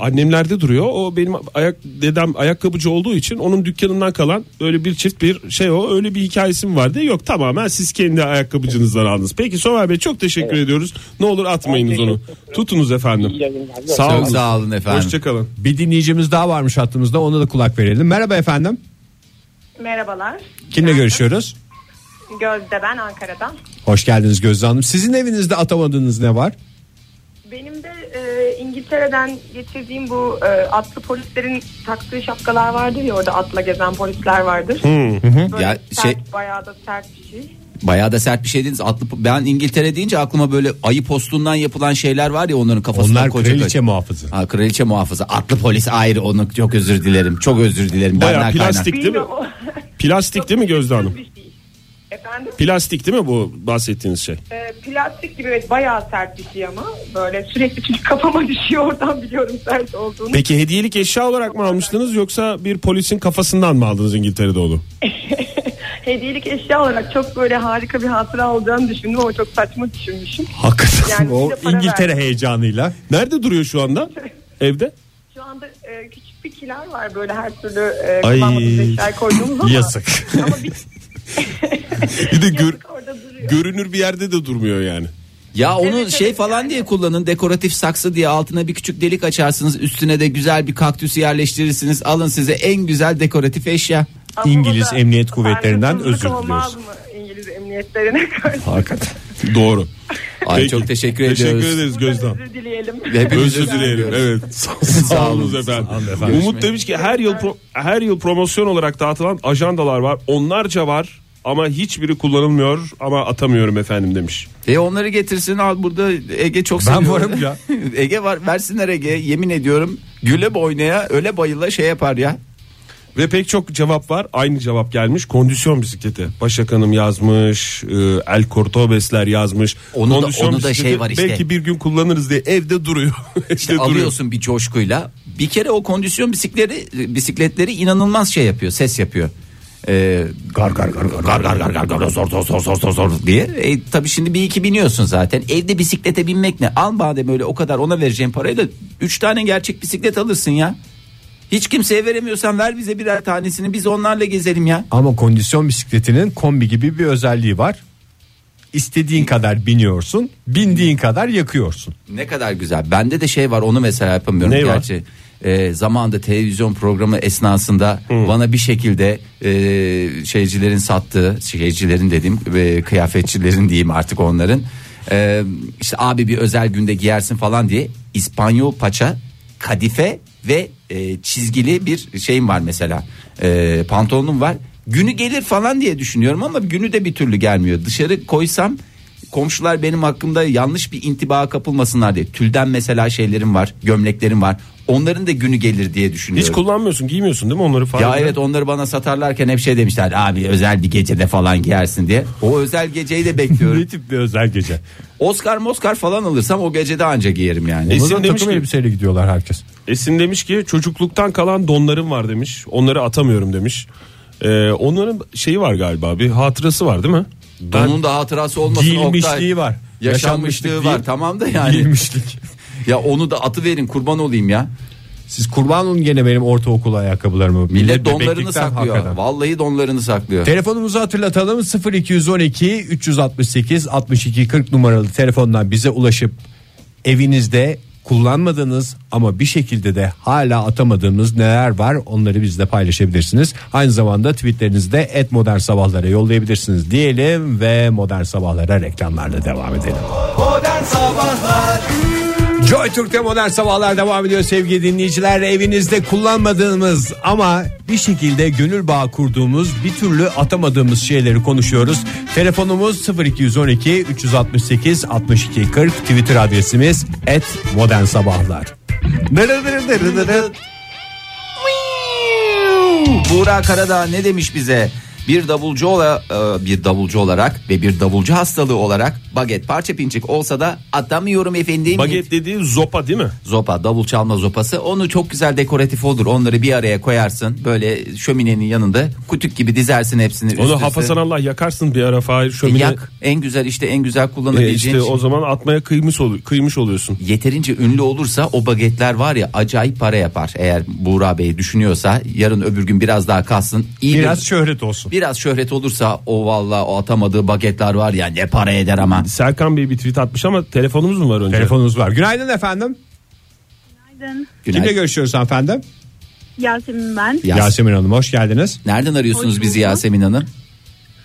annemlerde duruyor. O benim ayak dedem ayakkabıcı olduğu için onun dükkanından kalan öyle bir çift bir şey o. Öyle bir hikayesi mi vardı? Yok tamamen siz kendi ayakkabıcınızdan aldınız. Peki Somer Bey çok teşekkür ediyoruz. Ne olur atmayınız onu. Tutunuz efendim. İyi yayınlar. Sağ olun. Çok sağ olun efendim. Hoşçakalın. Bir dinleyicimiz daha varmış hattımızda ona da kulak verelim. Merhaba efendim Merhabalar. kimle görüşüyoruz? Gözde ben Ankara'dan. Hoş geldiniz Gözde Hanım. Sizin evinizde atamadığınız ne var? Benim de e, İngiltere'den getirdiğim bu e, atlı polislerin taktığı şapkalar vardır ya orada atla gezen polisler vardır. Hmm. Böyle Ya sert, şey- bayağı da sert bir şey. Bayağı da sert bir şey dediniz. Atlı, ben İngiltere deyince aklıma böyle ayı postundan yapılan şeyler var ya onların kafasına Onlar koca- kraliçe muhafızı. Ha, kraliçe muhafızı. Atlı polis ayrı onu çok özür dilerim. Çok özür dilerim. Bayağı Benden kaynak. plastik değil mi? Bilmiyorum, o- Plastik değil mi Gözde Hanım? Bir şey. Efendim Plastik değil mi bu bahsettiğiniz şey? E, plastik gibi evet bayağı sert bir şey ama böyle sürekli çünkü kafama düşüyor oradan biliyorum sert olduğunu. Peki hediyelik eşya olarak mı almıştınız yoksa bir polisin kafasından mı aldınız İngiltere'de onu? Hediyelik eşya olarak çok böyle harika bir hatıra olacağını düşündüm ama çok saçma düşünmüşüm. Hakikaten Yani o bir de para İngiltere verdim. heyecanıyla. Nerede duruyor şu anda? Evde? Şu anda e, küçük bitkiler var böyle her türlü e, Ay, kullanmadığımız eşyaya koyduğumuz ama. Yazık. Ama bir, Bir de gör- yazık orada duruyor. görünür bir yerde de durmuyor yani. Ya onu Evet, şey evet, falan yani. diye kullanın dekoratif saksı diye altına bir küçük delik açarsınız üstüne de güzel bir kaktüsü yerleştirirsiniz alın size en güzel dekoratif eşya. Aslında İngiliz da Emniyet Kuvvetleri'nden saygısızlık özür olmaz diliyoruz. mı İngiliz emniyetlerine karşı. Doğru. Ay Peki. çok teşekkür, ediyoruz. Teşekkür ederiz Gözde Hanım. Özür dileyelim. Hepimiz Özür dileyelim. Evet. Sağ olun efendim. Umut demiş ki her yıl pro- her yıl promosyon olarak dağıtılan ajandalar var. Onlarca var ama hiçbiri kullanılmıyor ama atamıyorum efendim demiş. E onları getirsin al burada Ege çok Ben seviyor. varım ya. Ege var versinler Ege yemin ediyorum güle boynaya öle bayıla şey yapar ya. Ve pek çok cevap var. Aynı cevap gelmiş. Kondisyon bisikleti. Başak Hanım yazmış. e, El Cortobesler yazmış. Onu da- Kondisyon onu da bisikleti şey var işte. Belki bir gün kullanırız diye evde duruyor. işte duruyor. Alıyorsun bir coşkuyla. Bir kere o kondisyon bisikleri, bisikletleri inanılmaz şey yapıyor, ses yapıyor. Ee, gar gar gar gar gar gar gar gar gar zor zor zor zor zor zor diye. E, tabii şimdi bir iki biniyorsun zaten. Evde bisiklete binmek ne? Al madem öyle o kadar ona vereceğim parayı da üç tane gerçek bisiklet alırsın ya. Hiç kimseye veremiyorsan ver bize birer tanesini biz onlarla gezelim ya. Ama kondisyon bisikletinin kombi gibi bir özelliği var. İstediğin kadar biniyorsun, bindiğin kadar yakıyorsun. Ne kadar güzel. Bende de şey var onu mesela yapamıyorum. Ne var? Gerçi e, zamanında televizyon programı esnasında bana bir şekilde e, şeycilerin sattığı, şeycilerin dediğim e, kıyafetçilerin diyeyim artık onların. E, işte abi bir özel günde giyersin falan diye İspanyol paça, kadife ve e, çizgili bir şeyim var mesela. E, pantolonum var. Günü gelir falan diye düşünüyorum ama günü de bir türlü gelmiyor. Dışarı koysam komşular benim hakkımda yanlış bir intibaa kapılmasınlar diye. Tülden mesela şeylerim var, gömleklerim var. Onların da günü gelir diye düşünüyorum. Hiç kullanmıyorsun, giymiyorsun değil mi onları falan? ya evet onları bana satarlarken hep şey demişler abi özel bir gecede falan giyersin diye. O özel geceyi de bekliyorum. Ne tip bir özel gece? Oscar Moskar falan alırsam o gecede anca giyerim yani. Esin Buna da demiş takım ki- elbiseyle gidiyorlar herkes. Esin demiş ki çocukluktan kalan donlarım var demiş. Onları atamıyorum demiş. Ee, onların şeyi var galiba bir hatırası var değil mi? Ben Onun da hatırası olmasın Oktay. Giyilmişliği var. Yaşanmışlığı var değil, tamam da yani. Giyilmişlik. Ya onu da atı verin kurban olayım ya. Siz kurban olun gene benim ortaokul ayakkabılarımı. Millet bebeklikten donlarını saklıyor. hakikaten. Vallahi donlarını saklıyor. Telefonumuzu hatırlatalım 0212 368 62 40 numaralı telefondan bize ulaşıp evinizde kullanmadığınız ama bir şekilde de hala atamadığınız neler var onları bizle paylaşabilirsiniz. Aynı zamanda tweetlerinizi de et modern sabahlara yollayabilirsiniz diyelim ve modern sabahlara reklamlarla devam edelim. Modern Sabahlar Joy Türk'te modern sabahlar devam ediyor sevgili dinleyiciler. Evinizde kullanmadığımız ama bir şekilde gönül bağı kurduğumuz bir türlü atamadığımız şeyleri konuşuyoruz. Telefonumuz 0212 368 62 40 Twitter adresimiz et modern sabahlar. Buğra Karadağ ne demiş bize? Bir davulcu ola, e, bir davulcu olarak ve bir davulcu hastalığı olarak baget parça pinçik olsa da atamıyorum efendim. baget dediği zopa değil mi? Zopa davul çalma zopası onu çok güzel dekoratif olur onları bir araya koyarsın böyle şöminenin yanında kutuk gibi dizersin hepsini üst Onu üste. E, Hafazan Allah yakarsın bir ara Fahir şömine. Yak en güzel işte en güzel E, kullanabileceğin şey. işte o zaman atmaya kıymış, ol- kıymış oluyorsun. yeterince ünlü olursa o bagetler var ya acayip para yapar. Eğer Buğra Bey düşünüyorsa yarın öbür gün biraz daha kalsın. İyi bir- Biraz şöhret olsun. biraz şöhret olursa o valla o atamadığı bagetler var ya ne para eder ama. Serkan Bey bir tweet atmış ama telefonumuz mu var önce? Telefonunuz var. Günaydın efendim. Kimle Günaydın. görüşüyoruz efendim? Yasemin ben. Yas- Yasemin Hanım hoş geldiniz. Nereden arıyorsunuz Hoş bizi bulduk. Yasemin Hanım?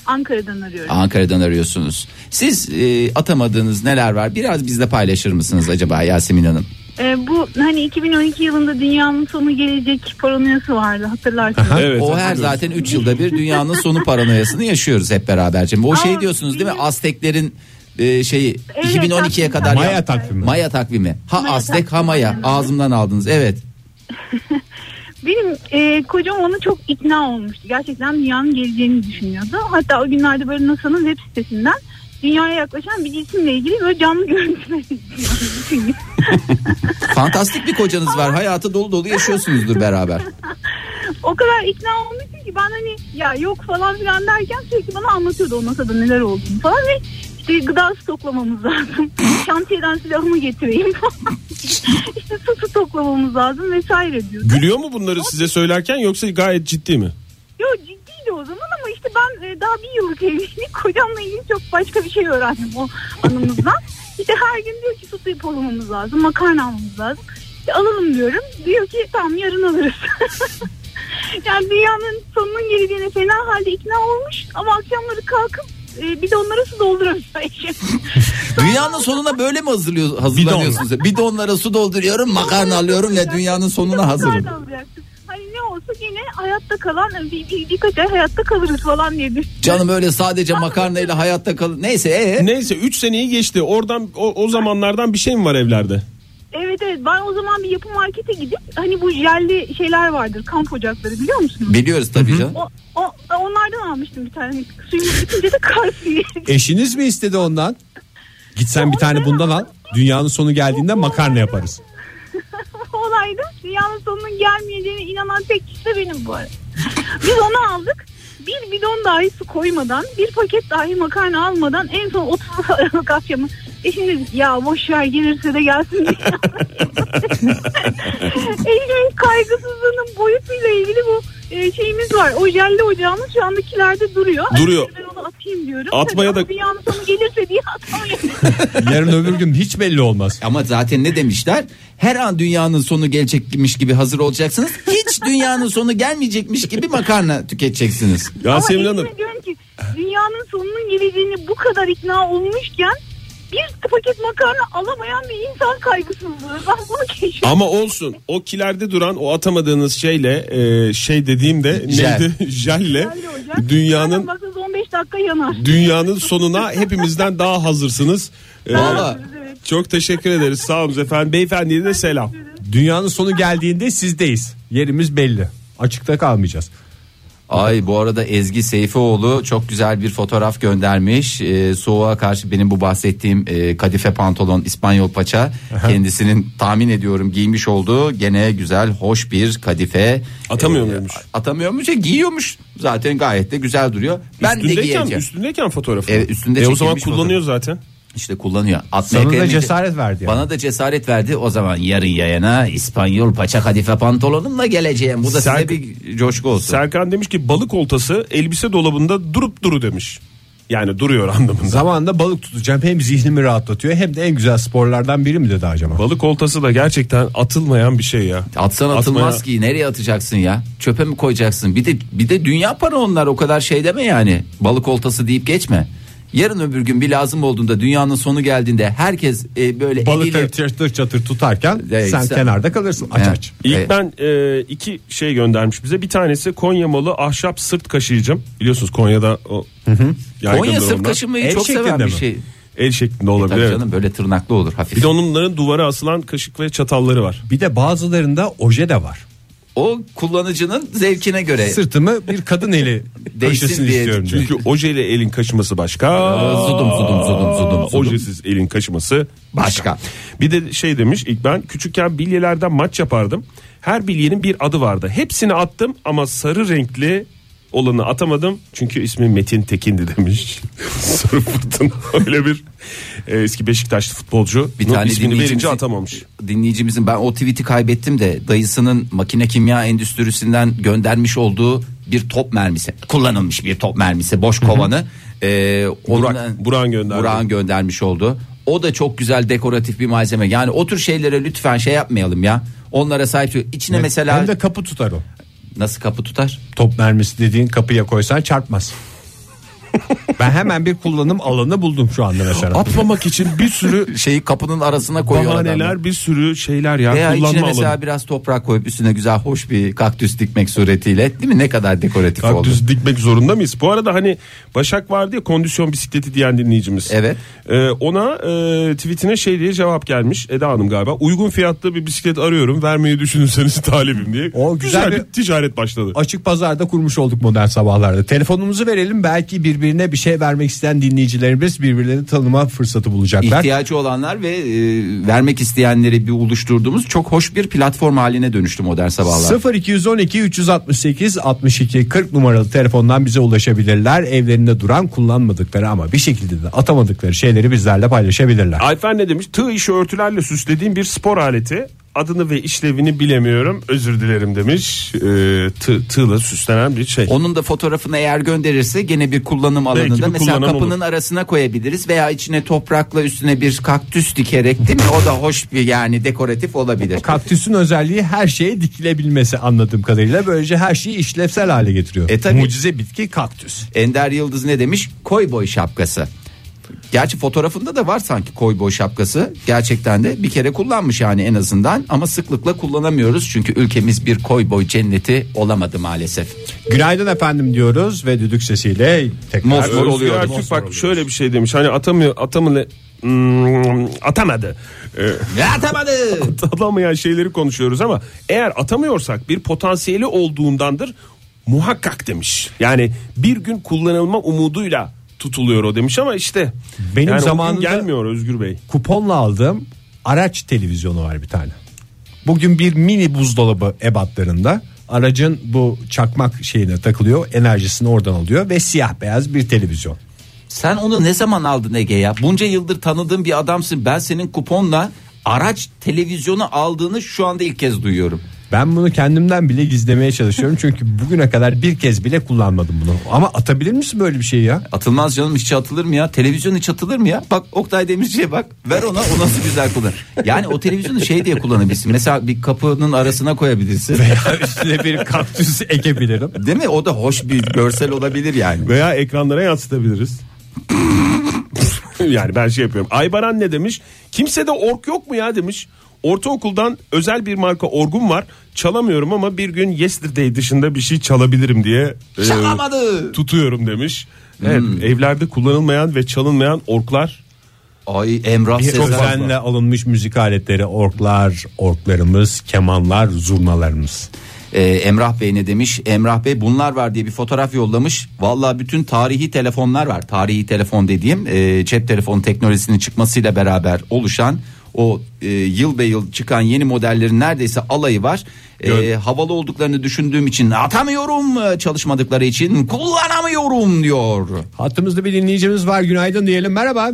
Ankara'dan arıyorum. Ankara'dan arıyorsunuz. Siz e, atamadığınız neler var? Biraz bizle paylaşır mısınız acaba Yasemin Hanım? Ee, bu hani 2012 yılında dünyanın sonu gelecek paranoyası vardı hatırlarsınız. Evet, o her hatırlıyorum. zaten 3 yılda bir dünyanın sonu paranoyasını yaşıyoruz hep beraber. Şimdi o şey Aa, diyorsunuz değil mi? benim- Azteklerin e, şeyi Evet, 2012'ye aslında. kadar Maya yap- takvimi. Maya takvimi. Ha Maya Aztek ha takvimi, Maya. aynen. Ağzımdan aldınız. Evet. Benim e, kocam onu çok ikna olmuştu. Gerçekten dünyanın geleceğini düşünüyordu. Hatta o günlerde böyle NASA'nın web sitesinden dünyaya yaklaşan bir cisimle ilgili böyle canlı görüntüler izliyorum. Fantastik bir kocanız var. Hayatı dolu dolu yaşıyorsunuzdur beraber. o kadar ikna olmuştum ki ben hani ya yok falan filan derken sürekli bana anlatıyordu o masada neler olduğunu falan ve işte gıda stoklamamız lazım. Şantiyeden silahımı getireyim falan. işte su stoklamamız lazım vesaire diyordu. Gülüyor mu bunları size söylerken yoksa gayet ciddi mi? Yo ciddiydi o zaman ama işte ben e, daha bir yıllık evliyim. Kocamla ilgili çok başka bir şey öğrendim o anımızdan. işte her gün diyor ki su depolamamız lazım, makarna almamız lazım. İşte alalım diyorum. Diyor ki tamam yarın alırız. yani dünyanın sonunun geleceğine fena halde ikna olmuş ama akşamları kalkıp e, bir de onlara su dolduramıyor eşim. Dünyanın sonuna böyle mi hazırlıyor, hazırlanıyorsunuz? Bidonlara su dolduruyorum, makarna alıyorum ve dünyanın sonuna hazırım. Nereden bulacaksın? Hani ne olsa gene hayatta kalan bir, bir, birkaç ay hayatta kalırız falan diye düşündüm. Canım öyle sadece makarnayla hayatta kalın. Neyse ee? Neyse 3 seneyi geçti. Oradan o, o zamanlardan bir şey mi var evlerde? Evet evet ben o zaman bir yapı markete gidip hani bu jelli şeyler vardır kamp ocakları biliyor musunuz? Biliyoruz tabii canım. O, o, onlardan almıştım bir tane suyumuz bitince de karşıyı. Eşiniz mi istedi ondan? Git sen bir tane bundan al. Dünyanın sonu geldiğinde makarna yaparız. Bu olayda dünyanın sonunun gelmeyeceğine inanan tek kişi de benim bu arada. Biz onu aldık. Bir bidon dahi su koymadan, bir paket dahi makarna almadan en son 30 Aralık akşamı eşim dedi ya boş ver gelirse de gelsin diye. Eşimin şey, kaygısızlığının boyutuyla ilgili bu e, şeyimiz var. O jelli ocağımız şu anda kilerde duruyor. Duruyor. Ben onu atayım diyorum. Atmaya Tabii da- ama Dünyanın sonu gelirse diye atamıyorum. Yarın öbür gün hiç belli olmaz. Ama zaten ne demişler? Her an dünyanın sonu gelecekmiş gibi hazır olacaksınız. Hiç dünyanın sonu gelmeyecekmiş gibi makarna tüketeceksiniz. Yasemin Ama Hanım eşime diyorum ki dünyanın sonunun geleceğini bu kadar ikna olmuşken bir paket makarna alamayan bir insan kaygısızlığı. Ben bunu keşfettim. ama olsun o kilerde duran o atamadığınız şeyle e, şey dediğimde Jel. neydi jelle Öyle hocam. Zaten dünyanın baksanız 15 dakika yanar. dünyanın sonuna hepimizden daha hazırsınız. E, Valla. Evet. çok teşekkür ederiz sağ olun efendim beyefendiye de selam. Dünyanın sonu geldiğinde sizdeyiz. Yerimiz belli. Açıkta kalmayacağız. Ay bu arada Ezgi Seyfioğlu çok güzel bir fotoğraf göndermiş. Ee, soğuğa karşı benim bu bahsettiğim e, kadife pantolon İspanyol paça kendisinin tahmin ediyorum giymiş olduğu gene güzel hoş bir kadife. Atamıyor Ee, muymuş? Atamıyor muymuş? E, Giyiyormuş. Zaten gayet de güzel duruyor. Ben de Üstündeyken, giyeceğim. üstündeyken fotoğrafı. Evet, üstünde e, o zaman çekilmiş kullanıyor zaten. İşte kullanıyor. Atmaya Sana da kıymayınca- cesaret verdi yani. Bana da cesaret verdi. O zaman yarın yayına İspanyol paça kadife pantolonumla geleceğim. Bu da size Sen- bir coşku olsun. Serkan demiş ki balık oltası elbise dolabında durup duru demiş. Yani duruyor anlamında. Zamanında balık tutacağım. Hem zihnimi rahatlatıyor hem de en güzel sporlardan biri mi dedi acaba? Balık oltası da gerçekten atılmayan bir şey ya. Atsan atılmaz Atmaya- ki nereye atacaksın ya? Çöpe mi koyacaksın? Bir de bir de dünya para onlar o kadar şey deme yani. Balık oltası deyip geçme. Yarın öbür gün bir lazım olduğunda dünyanın sonu geldiğinde herkes e, böyle Balıkları eliyle- çatır çatır tutarken Evet, sen sen- kenarda kalırsın aç He. aç. İlk Evet. ben e, iki şey göndermiş bize. Bir tanesi Konya malı ahşap sırt kaşıyıcım. Biliyorsunuz Konya'da o yaygındır Konya sırt onlar. kaşımayı El çok seven şeklinde bir mi? şey. E, El şeklinde olabilir. Tabii evet. canım böyle tırnaklı olur hafif. Bir de onların duvara asılan kaşık ve çatalları var. Bir de bazılarında oje de var. O kullanıcının zevkine göre. Sırtımı bir kadın eli E- Değsin köşesini diye istiyorum. diyor. Çünkü ojeyle elin kaşıması başka. Zudum zudum zudum zudum zudum. Ojesiz elin kaşıması başka. Başka. Bir de şey demiş ilk ben küçükken bilyelerden maç yapardım. Her bilyenin bir adı vardı. Hepsini attım ama sarı renkli olanı atamadım. Çünkü ismi Metin Tekin'di demiş. sarı fırtına öyle bir e, eski Beşiktaşlı futbolcu. Bir tane ismini verince dinleyicimizin- atamamış. dinleyicimizin ben o tweet'i kaybettim de dayısının makine kimya endüstrisinden göndermiş olduğu bir top mermisi kullanılmış bir top mermisi boş kovanı e, onunla- Burak'ın gönderdi. Burak'ın göndermiş oldu. O da çok güzel dekoratif bir malzeme. Yani o tür şeylere lütfen şey yapmayalım ya. Onlara sahip çık- içine mesela Hem de kapı tutar o. nasıl kapı tutar? Top mermisi dediğin kapıya koysan çarpmaz. Ben hemen bir kullanım alanı buldum şu anda mesela. Atlamak için bir sürü Şeyi kapının arasına koyuyor adamlar. bahaneler, bir sürü şeyler ya Veya içine kullanma mesela alanı. biraz toprak koyup üstüne güzel hoş bir kaktüs dikmek suretiyle değil mi? Ne kadar dekoratif oldu. Kaktüs dikmek zorunda mıyız? Bu arada hani Başak vardı ya kondisyon bisikleti diyen dinleyicimiz. Evet. Ee, ona e, tweetine şey diye cevap gelmiş Eda Hanım galiba. Uygun fiyatlı bir bisiklet arıyorum vermeyi düşünürseniz talibim diye. O güzel güzel, bir- bir ticaret başladı. Açık pazarda kurmuş olduk modern sabahlarda. Telefonumuzu verelim belki birbirine bir şey vermek isteyen dinleyicilerimiz birbirlerini tanıma fırsatı bulacaklar. İhtiyacı olanlar ve e, vermek isteyenleri bir oluşturduğumuz çok hoş bir platform haline dönüştü modern sabahlar. 0212 368 62 40 numaralı telefondan bize ulaşabilirler. Evlerinde duran kullanmadıkları ama bir şekilde de atamadıkları şeyleri bizlerle paylaşabilirler. Ayfer ne demiş? Tığ işi örtülerle süslediğim bir spor aleti. Adını ve işlevini bilemiyorum. Özür dilerim demiş. Ee, tığ, tığla süslenen bir şey. Onun da fotoğrafını eğer gönderirse gene bir kullanım Belki alanında bir mesela kullanım kapının arasına koyabiliriz veya içine toprakla üstüne bir kaktüs dikerek değil mi? O da hoş bir yani dekoratif olabilir. Kaktüsün özelliği her şeye dikilebilmesi anladığım kadarıyla. Böylece her şeyi işlevsel hale getiriyor. E tabii. Mucize bitki kaktüs. Ender Yıldız ne demiş? Koy boy şapkası. Gerçi fotoğrafında da var sanki koy boy şapkası. Gerçekten de bir kere kullanmış yani en azından ama sıklıkla kullanamıyoruz çünkü ülkemiz bir koy boy cenneti olamadı maalesef. Günaydın efendim diyoruz ve düdük sesiyle tekrar Mosmor Özgür oluyor. Ertürk bak şöyle bir şey demiş. Hani atamıyor, atamı Hmm, atamadı. Ee, Yatamadı. atamayan şeyleri konuşuyoruz ama eğer atamıyorsak bir potansiyeli olduğundandır muhakkak demiş. Yani bir gün kullanılma umuduyla tutuluyor o demiş ama işte Benim yani o gün zamanımda- gelmiyor Özgür Bey. kuponla aldığım araç televizyonu var bir tane. Bugün bir mini buzdolabı ebatlarında aracın bu çakmak şeyine takılıyor enerjisini oradan alıyor ve siyah beyaz bir televizyon. Sen onu ne zaman aldın Ege ya? Bunca yıldır tanıdığım bir adamsın. Ben senin kuponla araç televizyonu aldığını şu anda ilk kez duyuyorum. Ben bunu kendimden bile gizlemeye çalışıyorum çünkü bugüne kadar bir kez bile kullanmadım bunu. Ama atabilir misin böyle bir şeyi ya? Atılmaz canım hiç atılır mı ya? Televizyon hiç atılır mı ya? Bak Oktay Demirci'ye bak. Ver ona o nasıl güzel kullan. Yani o televizyonu şey diye kullanabilirsin. Mesela bir kapının arasına koyabilirsin. Üstüne bir kaktüs ekebilirim. Değil mi? O da hoş bir görsel olabilir yani. Veya ekranlara yansıtabiliriz. yani ben şey yapıyorum. Aybaran ne demiş? Kimse de ork yok mu ya demiş. Ortaokuldan özel bir marka orgum var. Çalamıyorum ama bir gün yesterday dışında bir şey çalabilirim diye e, Çalamadı. tutuyorum demiş. Hmm. Evet, evlerde kullanılmayan ve çalınmayan orklar Ay Emrah Bir Sezen. özenle alınmış müzik aletleri orklar, orklarımız, kemanlar, zurnalarımız. Ee, Emrah Bey ne demiş? Emrah Bey bunlar var diye bir fotoğraf yollamış. Vallahi bütün tarihi telefonlar var. Tarihi telefon dediğim e, cep telefonu teknolojisinin çıkmasıyla beraber oluşan o e, yıl be yıl çıkan yeni modellerin neredeyse alayı var. E, havalı olduklarını düşündüğüm için atamıyorum e, çalışmadıkları için kullanamıyorum diyor. Hattımızda bir dinleyicimiz var günaydın diyelim merhaba.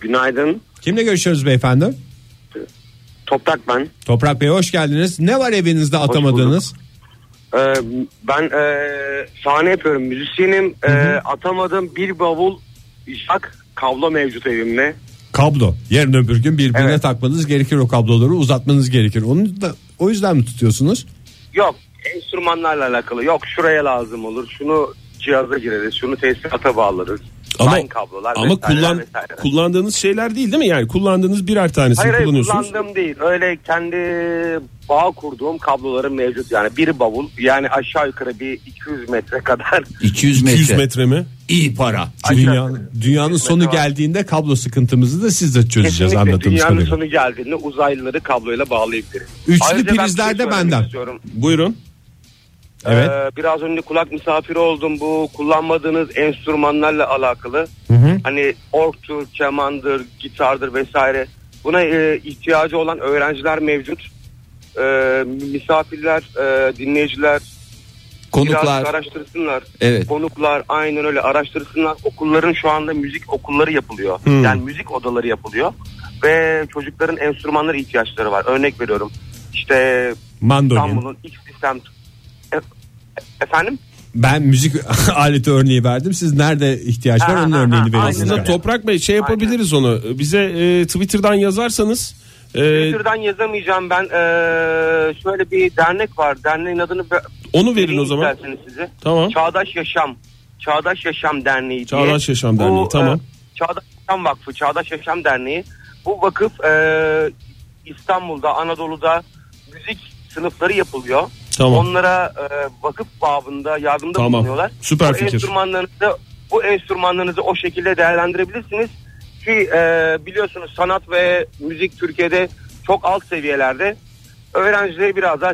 Günaydın. Kimle görüşüyoruz beyefendi? Toprak ben. Toprak Bey hoş geldiniz. Ne var evinizde atamadığınız? Ee, ben ee, sahne yapıyorum. Müzisyenim. Ee, atamadığım bir bavul jak kablo mevcut evimde. Kablo. Yarın öbür gün birbirine Evet. takmanız gerekir o kabloları uzatmanız gerekir. Onu da o yüzden mi tutuyorsunuz? Yok enstrümanlarla alakalı. Yok şuraya lazım olur. Şunu cihaza gireriz. Şunu tesisata bağlarız. ama, Line kablolar ama vesaire kullan, vesaire. kullandığınız şeyler değil değil mi? Yani kullandığınız birer tanesini Hayır hayır kullanıyorsunuz. kullandığım değil. Öyle kendi bağ kurduğum kabloların mevcut. Yani bir bavul yani aşağı yukarı bir 200 metre kadar. 200 metre. 200 metre mi? İyi para. Dünyanın, dünyanın sonu geldiğinde kablo sıkıntımızı da siz de çözeceğiz anladığımız dünyanın kadarıyla. sonu geldiğinde uzaylıları kabloyla bağlayabiliriz. Üçlü Ayrıca ben bir prizler şey de söylemek benden. istiyorum. Buyurun. Evet. Ee, biraz önce kulak misafiri oldum bu kullanmadığınız enstrümanlarla alakalı. Hani orktur, kemandır, gitardır vesaire. Buna e, ihtiyacı olan öğrenciler mevcut. Ee, misafirler, e, dinleyiciler biraz Konuklar. araştırsınlar. Evet. Konuklar aynen öyle araştırsınlar. Okulların şu anda müzik okulları yapılıyor. Yani müzik odaları yapılıyor. Ve çocukların enstrümanlara ihtiyaçları var. Örnek veriyorum. İşte Mandolin. İstanbul'un X sistem E- e- efendim? Ben müzik aleti örneği verdim. Siz nerede ihtiyaç var Ha, onun ha, örneğini ha, verin. aynen Aslında size. öyle. Toprak Bey şey yapabiliriz onu. Bize e, Twitter'dan yazarsanız e, Twitter'dan yazamayacağım ben. Ee, şöyle bir dernek var. Derneğin adını be- onu verin vereyim o zaman. isterseniz size. Tamam. Çağdaş Yaşam. Çağdaş Yaşam Derneği diye. Çağdaş Yaşam Derneği, tamam. e, Çağdaş Yaşam Vakfı, Çağdaş Yaşam Derneği. Bu vakıf e, İstanbul'da, Anadolu'da müzik sınıfları yapılıyor. Tamam. Onlara e, vakıf babında yardımda Tamam. bulunuyorlar. Süper bu fikir. Enstrümanlarınızı, bu enstrümanlarınızı o şekilde değerlendirebilirsiniz. Ki e, biliyorsunuz sanat ve müzik Türkiye'de çok alt seviyelerde. Öğrencileri biraz daha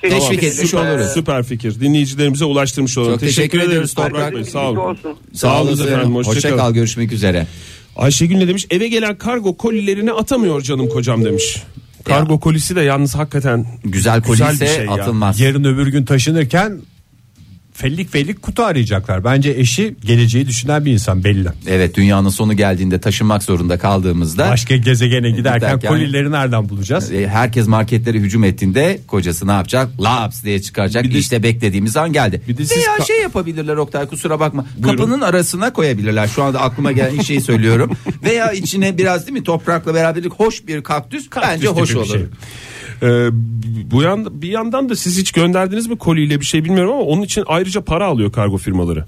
Teşvik etmiş Süper. oluruz. Süper fikir. Dinleyicilerimize ulaştırmış olalım. Çok teşekkür ediyoruz Toprak Bey. Bey. Sağ olun. Olsun. Sağ olun olun efendim. efendim. Hoşça Hoşça kalın. kal görüşmek üzere. Ayşegül ne demiş? Eve gelen kargo kolilerini atamıyor canım kocam demiş. Kargo kolisi de yalnız hakikaten Güzel Güzel bir polise şey ya. atılmaz. Yarın öbür gün taşınırken fellik fellik kutu arayacaklar. Bence eşi geleceği düşünen bir insan belli. Evet dünyanın sonu geldiğinde taşınmak zorunda kaldığımızda Başka gezegene giderken Giderken- kolileri nereden bulacağız? e, herkes marketlere hücum ettiğinde kocası ne yapacak? Laps diye çıkaracak. işte beklediğimiz an geldi. Bir de siz Veya ka- şey yapabilirler Oktay kusura bakma. Buyurun. Kapının arasına koyabilirler. Şu anda aklıma gelen ilk şeyi söylüyorum. Veya içine biraz değil mi toprakla beraber hoş bir kaktüs, bence gibi hoş bir olur. şey. Ee, bu yan, bir yandan da siz hiç gönderdiniz mi koliyle bir şey bilmiyorum ama onun için ayrıca para alıyor kargo firmaları.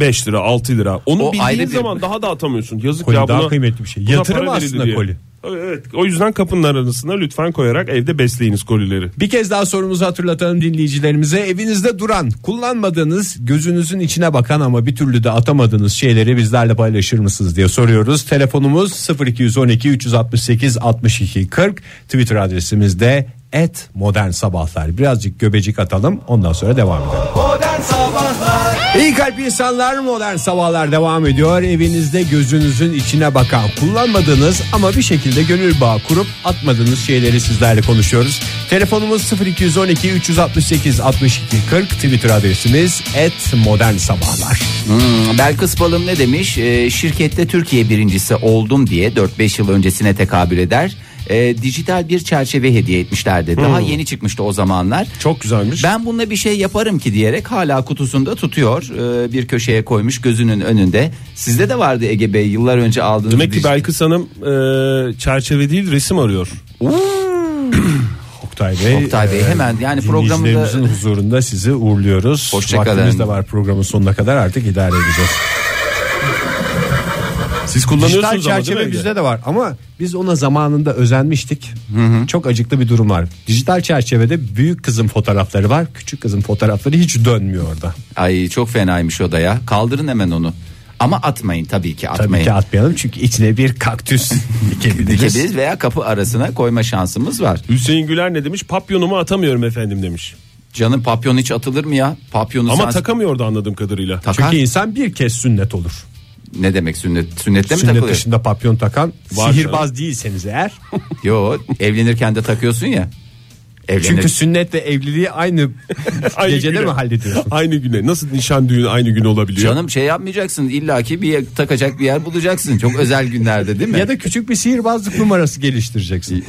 5 lira 6 lira onu O ayrı bildiğin bir- zaman daha da atamıyorsun yazık Koli ya daha buna- kıymetli bir şey. buna Yatırım para verildi aslında koli. Evet o yüzden kapının arasına lütfen koyarak evde besleyiniz kolileri. Bir kez daha sorumuzu hatırlatalım dinleyicilerimize. Evinizde duran, kullanmadığınız, gözünüzün içine bakan ama bir türlü de atamadığınız şeyleri bizlerle paylaşır mısınız diye soruyoruz. Telefonumuz 0212 368 62 40. Twitter adresimiz de et modern sabahlar. Birazcık göbecik atalım ondan sonra devam edelim. Modern Sabahlar İyi kalp insanlar modern sabahlar devam ediyor. Evinizde gözünüzün içine bakan kullanmadığınız ama bir şekilde gönül bağı kurup atmadığınız şeyleri sizlerle konuşuyoruz. Telefonumuz 0212 368 62 40 Twitter adresimiz et modern sabahlar. Hmm, Belkıs Balım ne demiş? Ee, şirkette Türkiye birincisi oldum diye 4-5 yıl öncesine tekabül eder. Ee, dijital bir çerçeve hediye etmişlerdi. Daha yeni çıkmıştı o zamanlar. Hmm. Çok güzelmiş. Ben bununla bir şey yaparım ki diyerek hala kutusunda tutuyor. Ee, bir köşeye koymuş gözünün önünde. Sizde de vardı Ege Bey yıllar önce aldığınız. Demek ki dijital- Belkıs Hanım e, çerçeve değil resim arıyor. Oktay Bey, Oktay e, Bey, hemen yani dinleyicilerimizin programında- huzurunda sizi uğurluyoruz. Hoşça Vaktimiz kalın. de var programın sonuna kadar artık idare edeceğiz. Siz Dijital kullanıyorsunuz ama değil mi? çerçeve Ege? bizde de var ama biz ona zamanında özenmiştik. Çok acıklı bir durum var. Dijital çerçevede büyük kızın fotoğrafları var. Küçük kızın fotoğrafları hiç dönmüyor orada. Ay çok fenaymış o da ya. Kaldırın hemen onu. Ama atmayın tabii ki atmayın. Tabii ki atmayalım çünkü içine bir kaktüs dikebiliriz. Dikebiliriz veya kapı arasına koyma şansımız var. Hüseyin Güler ne demiş? Papyonumu atamıyorum efendim demiş. Canım papyon hiç atılır mı ya? Papyonu Ama sen- takamıyordu anladığım kadarıyla. takar. Çünkü insan bir kez sünnet olur. Ne demek sünnet? Sünnette mi Sünnet takılıyor? dışında papyon takan Var sihirbaz değilseniz eğer. Yo evlenirken de takıyorsun ya. Evlenir. Çünkü sünnetle evliliği aynı Aynı gecede güne. mi hallediyorsun? Aynı güne. Nasıl nişan düğünü aynı gün olabiliyor? Canım şey yapmayacaksın illaki bir yer- takacak bir yer bulacaksın. Çok özel günlerde değil mi? Ya da küçük bir sihirbazlık numarası geliştireceksin.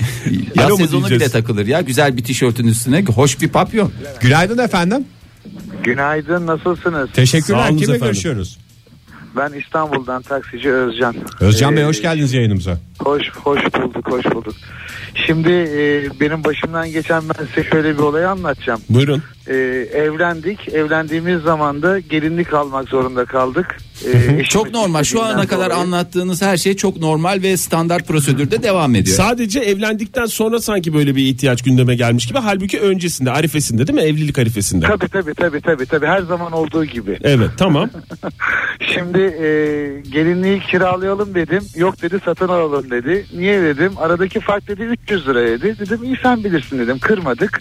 Yaz Alo mu sezonu bile diyeceğiz? takılır ya. Güzel bir tişörtün üstüne hoş bir papyon. Günaydın efendim. Günaydın nasılsınız? Sağ Teşekkürler. olun Kimle efendim. görüşüyoruz? Ben İstanbul'dan taksici Özcan. Özcan Bey Ee, hoş geldiniz yayınımıza. Hoş, hoş bulduk hoş bulduk. Şimdi e, benim başımdan geçen ben size şöyle bir olayı anlatacağım. Buyurun. E, evlendik. Evlendiğimiz zaman da gelinlik almak zorunda kaldık. E, eşimiz Çok normal. Şu ana istediğinden kadar dolayı. anlattığınız her şey çok normal ve standart prosedürde devam ediyor. Sadece evlendikten sonra sanki böyle bir ihtiyaç gündeme gelmiş gibi. Halbuki öncesinde, arifesinde değil mi? Evlilik arifesinde. Tabii tabii tabii tabii tabii her zaman olduğu gibi. Evet tamam. Şimdi e, gelinliği kiralayalım dedim. Yok dedi satın alalım dedi. Niye dedim? Aradaki fark dedi 300 lira dedi. Dedim iyi sen bilirsin dedim. Kırmadık.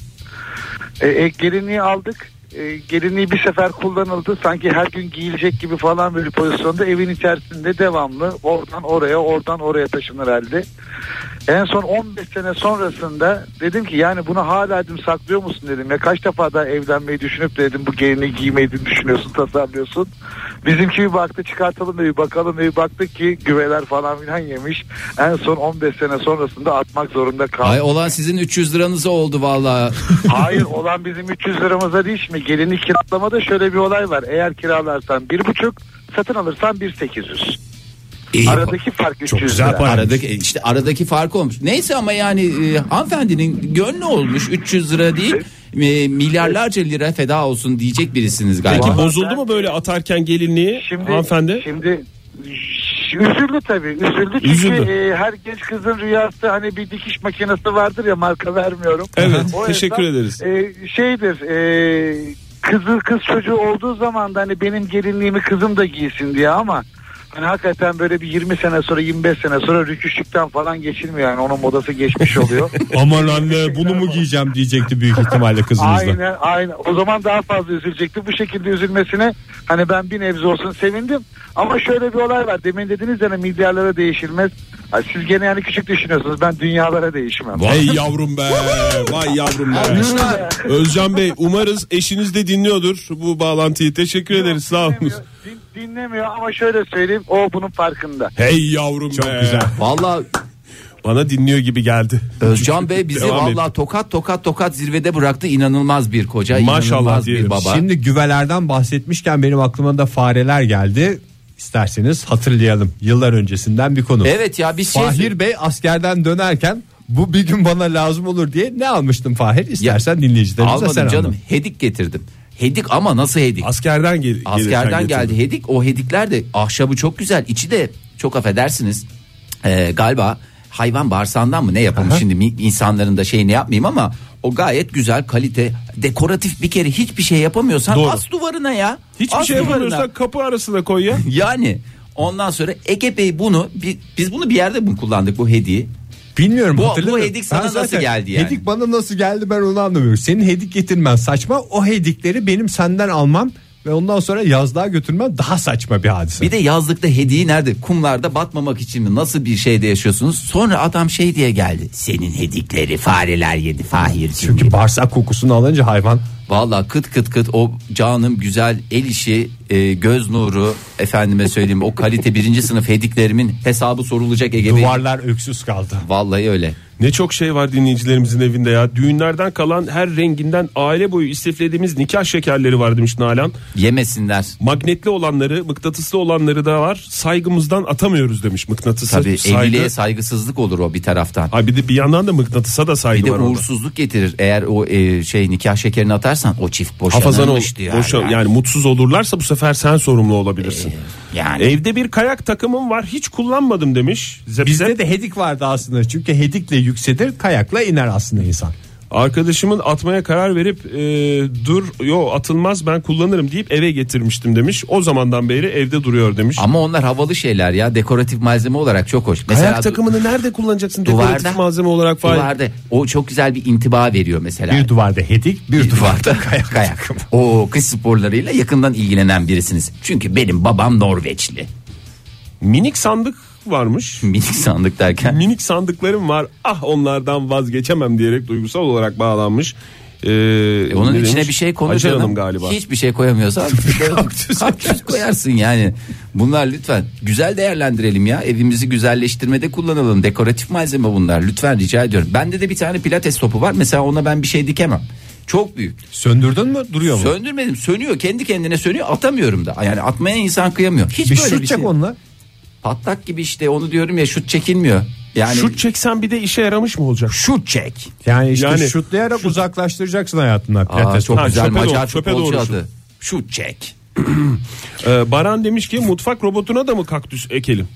E, e, gelinliği aldık. E, gelinliği bir sefer kullanıldı. Sanki her gün giyilecek gibi falan bir pozisyonda evin içerisinde devamlı oradan oraya oradan oraya taşınır halde. En son 15 sene sonrasında dedim ki yani bunu hala dedim saklıyor musun dedim. Ya kaç defa daha evlenmeyi düşünüp de dedim bu gelinliği giymeyi dedim düşünüyorsun tasarlıyorsun. Bizimki bir baktı çıkartalım dedi bakalım dedi baktık ki güveler falan filan yemiş. En son 15 sene sonrasında atmak zorunda kaldım. Ay olan sizin 300 liranız oldu valla. Hayır olan bizim 300 liramıza değil şimdi gelinlik kiralamada şöyle bir olay var. Eğer kiralarsan bir buçuk satın alırsan bir 800. Aradaki fark 300 lira. Aradaki işte e, aradaki fark olmuş. Neyse ama yani e, hanımefendinin gönlü olmuş 300 lira değil. e, milyarlarca lira feda olsun diyecek birisiniz galiba. Peki bozuldu mu böyle atarken gelinliği hanımefendi? Şimdi Üzüldü tabii üzüldü çünkü Üzüldü. e, her genç kızın rüyası hani bir dikiş makinesi vardır ya marka vermiyorum. Evet, teşekkür ederiz. e, şeydir e, kızı kız çocuğu olduğu zaman da hani benim gelinliğimi kızım da giysin diye ama hani hakikaten böyle bir 20 sene sonra 25 sene sonra rüküşlükten falan geçilmiyor yani onun modası geçmiş oluyor. Aman anne bunu mu giyeceğim diyecekti büyük ihtimalle kızınız da. Aynen aynen. O zaman daha fazla üzülecekti. Bu şekilde üzülmesine hani ben bir nebze olsun sevindim. Ama şöyle bir olay var. Demin dediniz ya hani milyarlara değişilmez. Ay, Siz gene yani küçük düşünüyorsunuz. Ben dünyalara değişmem. Vay yavrum be. Vay yavrum be. Özcan Bey umarız eşiniz de dinliyordur bu bağlantıyı. Teşekkür ederiz. Sağ olun. Dinlemiyor ama şöyle söyleyeyim. O bunun farkında. Hey yavrum be. güzel. Valla bana dinliyor gibi geldi. Özcan Bey bizi Devam valla tokat tokat tokat zirvede bıraktı. İnanılmaz bir koca, inanılmaz Maşallah bir baba. Şimdi güvelerden bahsetmişken benim aklıma da fareler geldi. İsterseniz hatırlayalım yıllar öncesinden bir konu. Evet ya, bir şey- Fahir Bey askerden dönerken bu bir gün bana lazım olur diye ne almıştın Fahir? İstersen dinleyicilerimize Almadım sen canım. canım. Hedik getirdim. Hedik ama nasıl hedik? Askerden gel Askerden geldi hedik. O hedikler de ahşabı çok güzel. İçi de çok affedersiniz. Ee, galiba hayvan bağırsağından mı ne yapılmış şimdi mi- insanların da şeyini yapmayayım ama o gayet güzel kalite dekoratif bir kere hiçbir şey yapamıyorsan Doğru. as duvarına ya. Hiçbir As şey duvarına. yapamıyorsan kapı arasına koy ya. Yani ondan sonra Ege Bey bunu bi- biz bunu bir yerde mi kullandık bu hediye? Bilmiyorum Bu- bu hatırlamıyorum. hedik sana Ben nasıl zaten- geldi yani? Hedik bana nasıl geldi ben onu anlamıyorum. Senin hedik getirmen saçma. O hedikleri benim senden almam ve ondan sonra yazlığa götürmem daha saçma bir hadise. Bir de yazlıkta hediye nerede? Kumlarda batmamak için mi? Nasıl bir şeyde yaşıyorsunuz? Sonra adam şey diye geldi. Senin hedikleri fareler yedi Fahir. Çünkü bağırsak kokusunu alınca hayvan Valla kıt kıt kıt o canım güzel el işi e, göz nuru efendime söyleyeyim o kalite birinci sınıf hediklerimin hesabı sorulacak Ege Bey. duvarlar öksüz kaldı. Vallahi öyle. Ne çok şey var dinleyicilerimizin evinde ya. Düğünlerden kalan her renginden aile boyu istiflediğimiz nikah şekerleri var demiş Nalan. Yemesinler. Magnetli olanları, mıknatıslı olanları da var. Saygımızdan atamıyoruz demiş mıknatısı. Tabii Saygı- evliliğe saygısızlık olur o bir taraftan. Ha bir de bir yandan da mıknatısa da saygı Bir de var orada. uğursuzluk getirir. Eğer o e, şey nikah şekerini atarsan o çift Hafazan ol, boşanırmış diyor. boşa- yani. yani. mutsuz olurlarsa bu sefer sen sorumlu olabilirsin. Ee, yani. Evde bir kayak takımım var hiç kullanmadım demiş. Zep Bizde zep. de hedik vardı aslında. Çünkü hedikle yükselir, kayakla iner aslında insan. Arkadaşımın atmaya karar verip e, dur yo atılmaz ben kullanırım deyip eve getirmiştim demiş. O zamandan beri evde duruyor demiş. Ama onlar havalı şeyler ya dekoratif malzeme olarak çok hoş. Mesela kayak takımını nerede kullanacaksın duvarda dekoratif malzeme olarak falan. Duvarda o çok güzel bir intiba veriyor mesela. Bir duvarda hedik, bir, duvarda kayak. kayak. O kış sporlarıyla yakından ilgilenen birisiniz. Çünkü benim babam Norveçli. Minik sandık varmış. Minik sandık derken Minik sandıklarım var ah onlardan vazgeçemem diyerek duygusal olarak bağlanmış. Ee, e, onun ne içine demiş? bir şey konuyor Hacer canım. Hanım galiba. Hiçbir şey koyamıyorsa kaktüs, koyarsın yani. Bunlar lütfen güzel değerlendirelim ya. Evimizi güzelleştirmede kullanalım. Dekoratif malzeme bunlar. Lütfen rica ediyorum. Bende de bir tane pilates topu var. Mesela ona ben bir şey dikemem. Çok büyük. Söndürdün mü? Duruyor mu? Söndürmedim. Sönüyor. Kendi kendine sönüyor. Atamıyorum da. Yani atmaya insan kıyamıyor. Hiç bir böyle şut bir çek şey. onunla. Patlak gibi işte onu diyorum ya şut çekilmiyor. Yani Şut çeksen bir de işe yaramış mı olacak? şut çek. Yani işte Yani- şutlayarak uzaklaştıracaksın hayatından. Aa, pilates çok Ha, güzel çöpe Macar doğru, çöpe futbolcu doğru adı. Şut çek. Ee, Baran demiş ki mutfak robotuna da mı kaktüs ekelim?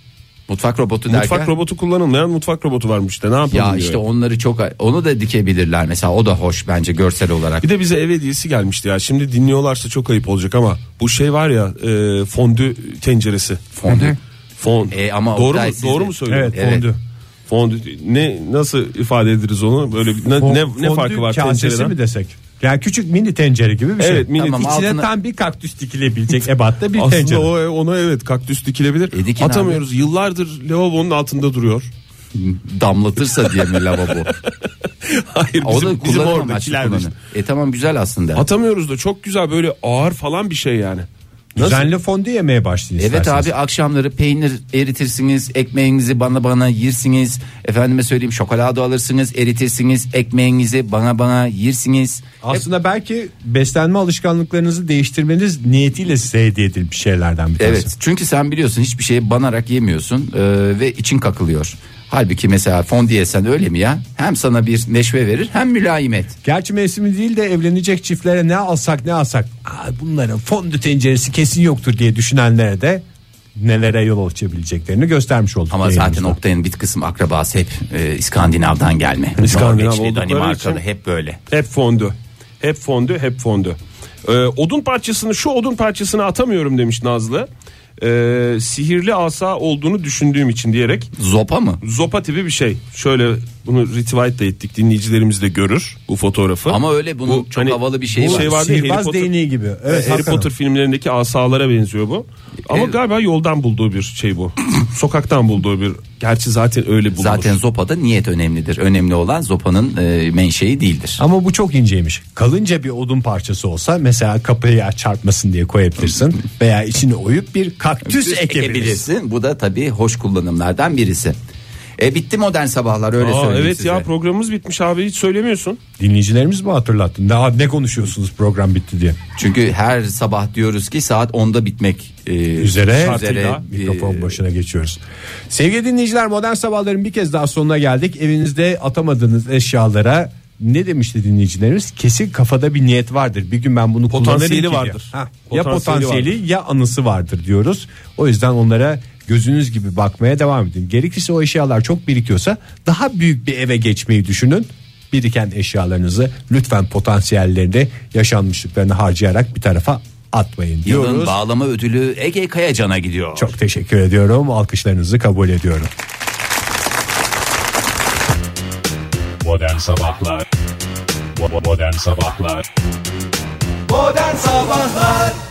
Mutfak robotu derken. Mutfak robotu kullanılmayan mutfak robotu varmış işte ne yapalım Ya diyor. işte onları çok onu da dikebilirler mesela o da hoş bence görsel olarak. Bir de bize ev hediyesi gelmişti ya şimdi dinliyorlarsa çok ayıp olacak ama bu şey var ya e, fondü tenceresi. Fondü. Fon. E, ama doğru mu, Oktay siz doğru de- mu söylüyorum? Evet, fondü. Fondü ne nasıl ifade ederiz onu böyle bir- ne, Fon- ne, ne fondü farkı var kasesi tencereden? mi desek? Yani küçük mini tencere gibi bir şey. Evet, mini- Tamam, İçine İçine tam tam bir kaktüs dikilebilecek ebatta bir Aslında tencere. o ona evet kaktüs dikilebilir. E, dikin Atamıyoruz. Yıllardır lavabonun altında duruyor. Damlatırsa diye mi lavabo? Hayır o da bizim, bizim kullanım amaçlı oradakiler de işte. kullanım. E tamam güzel aslında. Atamıyoruz da çok güzel böyle ağır falan bir şey yani. Nasıl? Düzenli fondü yemeye başlayın Evet isterseniz. abi akşamları peynir eritirsiniz, ekmeğinizi bana bana yersiniz. Efendime söyleyeyim şokolado alırsınız, eritirsiniz, ekmeğinizi bana bana yersiniz. Aslında belki beslenme alışkanlıklarınızı değiştirmeniz niyetiyle size hediye edilmiş şeylerden bir tanesi. Evet çünkü sen biliyorsun hiçbir şeye banarak yemiyorsun e, ve için kakılıyor. Halbuki mesela fondiye sen öyle mi ya? Hem sana bir neşve verir hem mülayimet. Gerçi mevsimi değil de evlenecek çiftlere ne alsak ne alsak. Aa, bunların fondü tenceresi kesin yoktur diye düşünenlere de nelere yol açabileceklerini göstermiş olduk. Ama zaten Oktay'ın bir kısım akrabası hep e, İskandinav'dan gelme. İskandinav Norveçli, oldukları Danimarkalı için- hep böyle. Hep fondü. Hep fondü, hep fondü. Ee, odun parçasını, şu odun parçasını atamıyorum demiş Nazlı. Ee, sihirli asa olduğunu düşündüğüm için diyerek. Zopa mı? Zopa tipi bir şey. Şöyle bunu retweet de ettik. Dinleyicilerimiz de görür bu fotoğrafı. Ama öyle bunun çok havalı bir şeyi bu var. Şey vardı, ya, Harry Sihirbaz Potter, değneği gibi. Evet, Harry hakikaten. Potter filmlerindeki asalara benziyor bu. E- Ama galiba yoldan bulduğu bir şey bu. Sokaktan bulduğu bir. Gerçi zaten öyle bulunur. Zaten zopada niyet önemlidir. Önemli olan zopanın e, menşei değildir. Ama bu çok inceymiş. Kalınca bir odun parçası olsa mesela kapıya çarpmasın diye koyabilirsin. Veya içine oyup bir kaktüs ekebilirsin. Bu da tabii hoş kullanımlardan birisi. E bitti modern sabahlar öyle Aa, söyleyeyim evet size. ya programımız bitmiş abi hiç söylemiyorsun. Dinleyicilerimiz mi hatırlattı? Daha ne konuşuyorsunuz program bitti diye. Çünkü her sabah diyoruz ki saat 10'da bitmek e, üzere, üzere, e, Ee, mikrofon başına geçiyoruz. Sevgili dinleyiciler modern sabahların bir kez daha sonuna geldik. Evinizde atamadığınız eşyalara ne demişti dinleyicilerimiz? Kesin kafada bir niyet vardır. Bir gün ben bunu Potansiyeli kullanırım ki diye. vardır. Ha, ya Potansiyeli potansiyeli ya anısı vardır diyoruz. O yüzden onlara gözünüz gibi bakmaya devam edin. Gerekirse o eşyalar çok birikiyorsa daha büyük bir eve geçmeyi düşünün. Biriken eşyalarınızı lütfen potansiyellerini yaşanmışlıklarını harcayarak bir tarafa atmayın diyoruz. Yılın bağlama ödülü Ege Kayacan'a gidiyor. Çok teşekkür ediyorum. Alkışlarınızı kabul ediyorum. Modern Sabahlar Bo- Modern Sabahlar Modern Sabahlar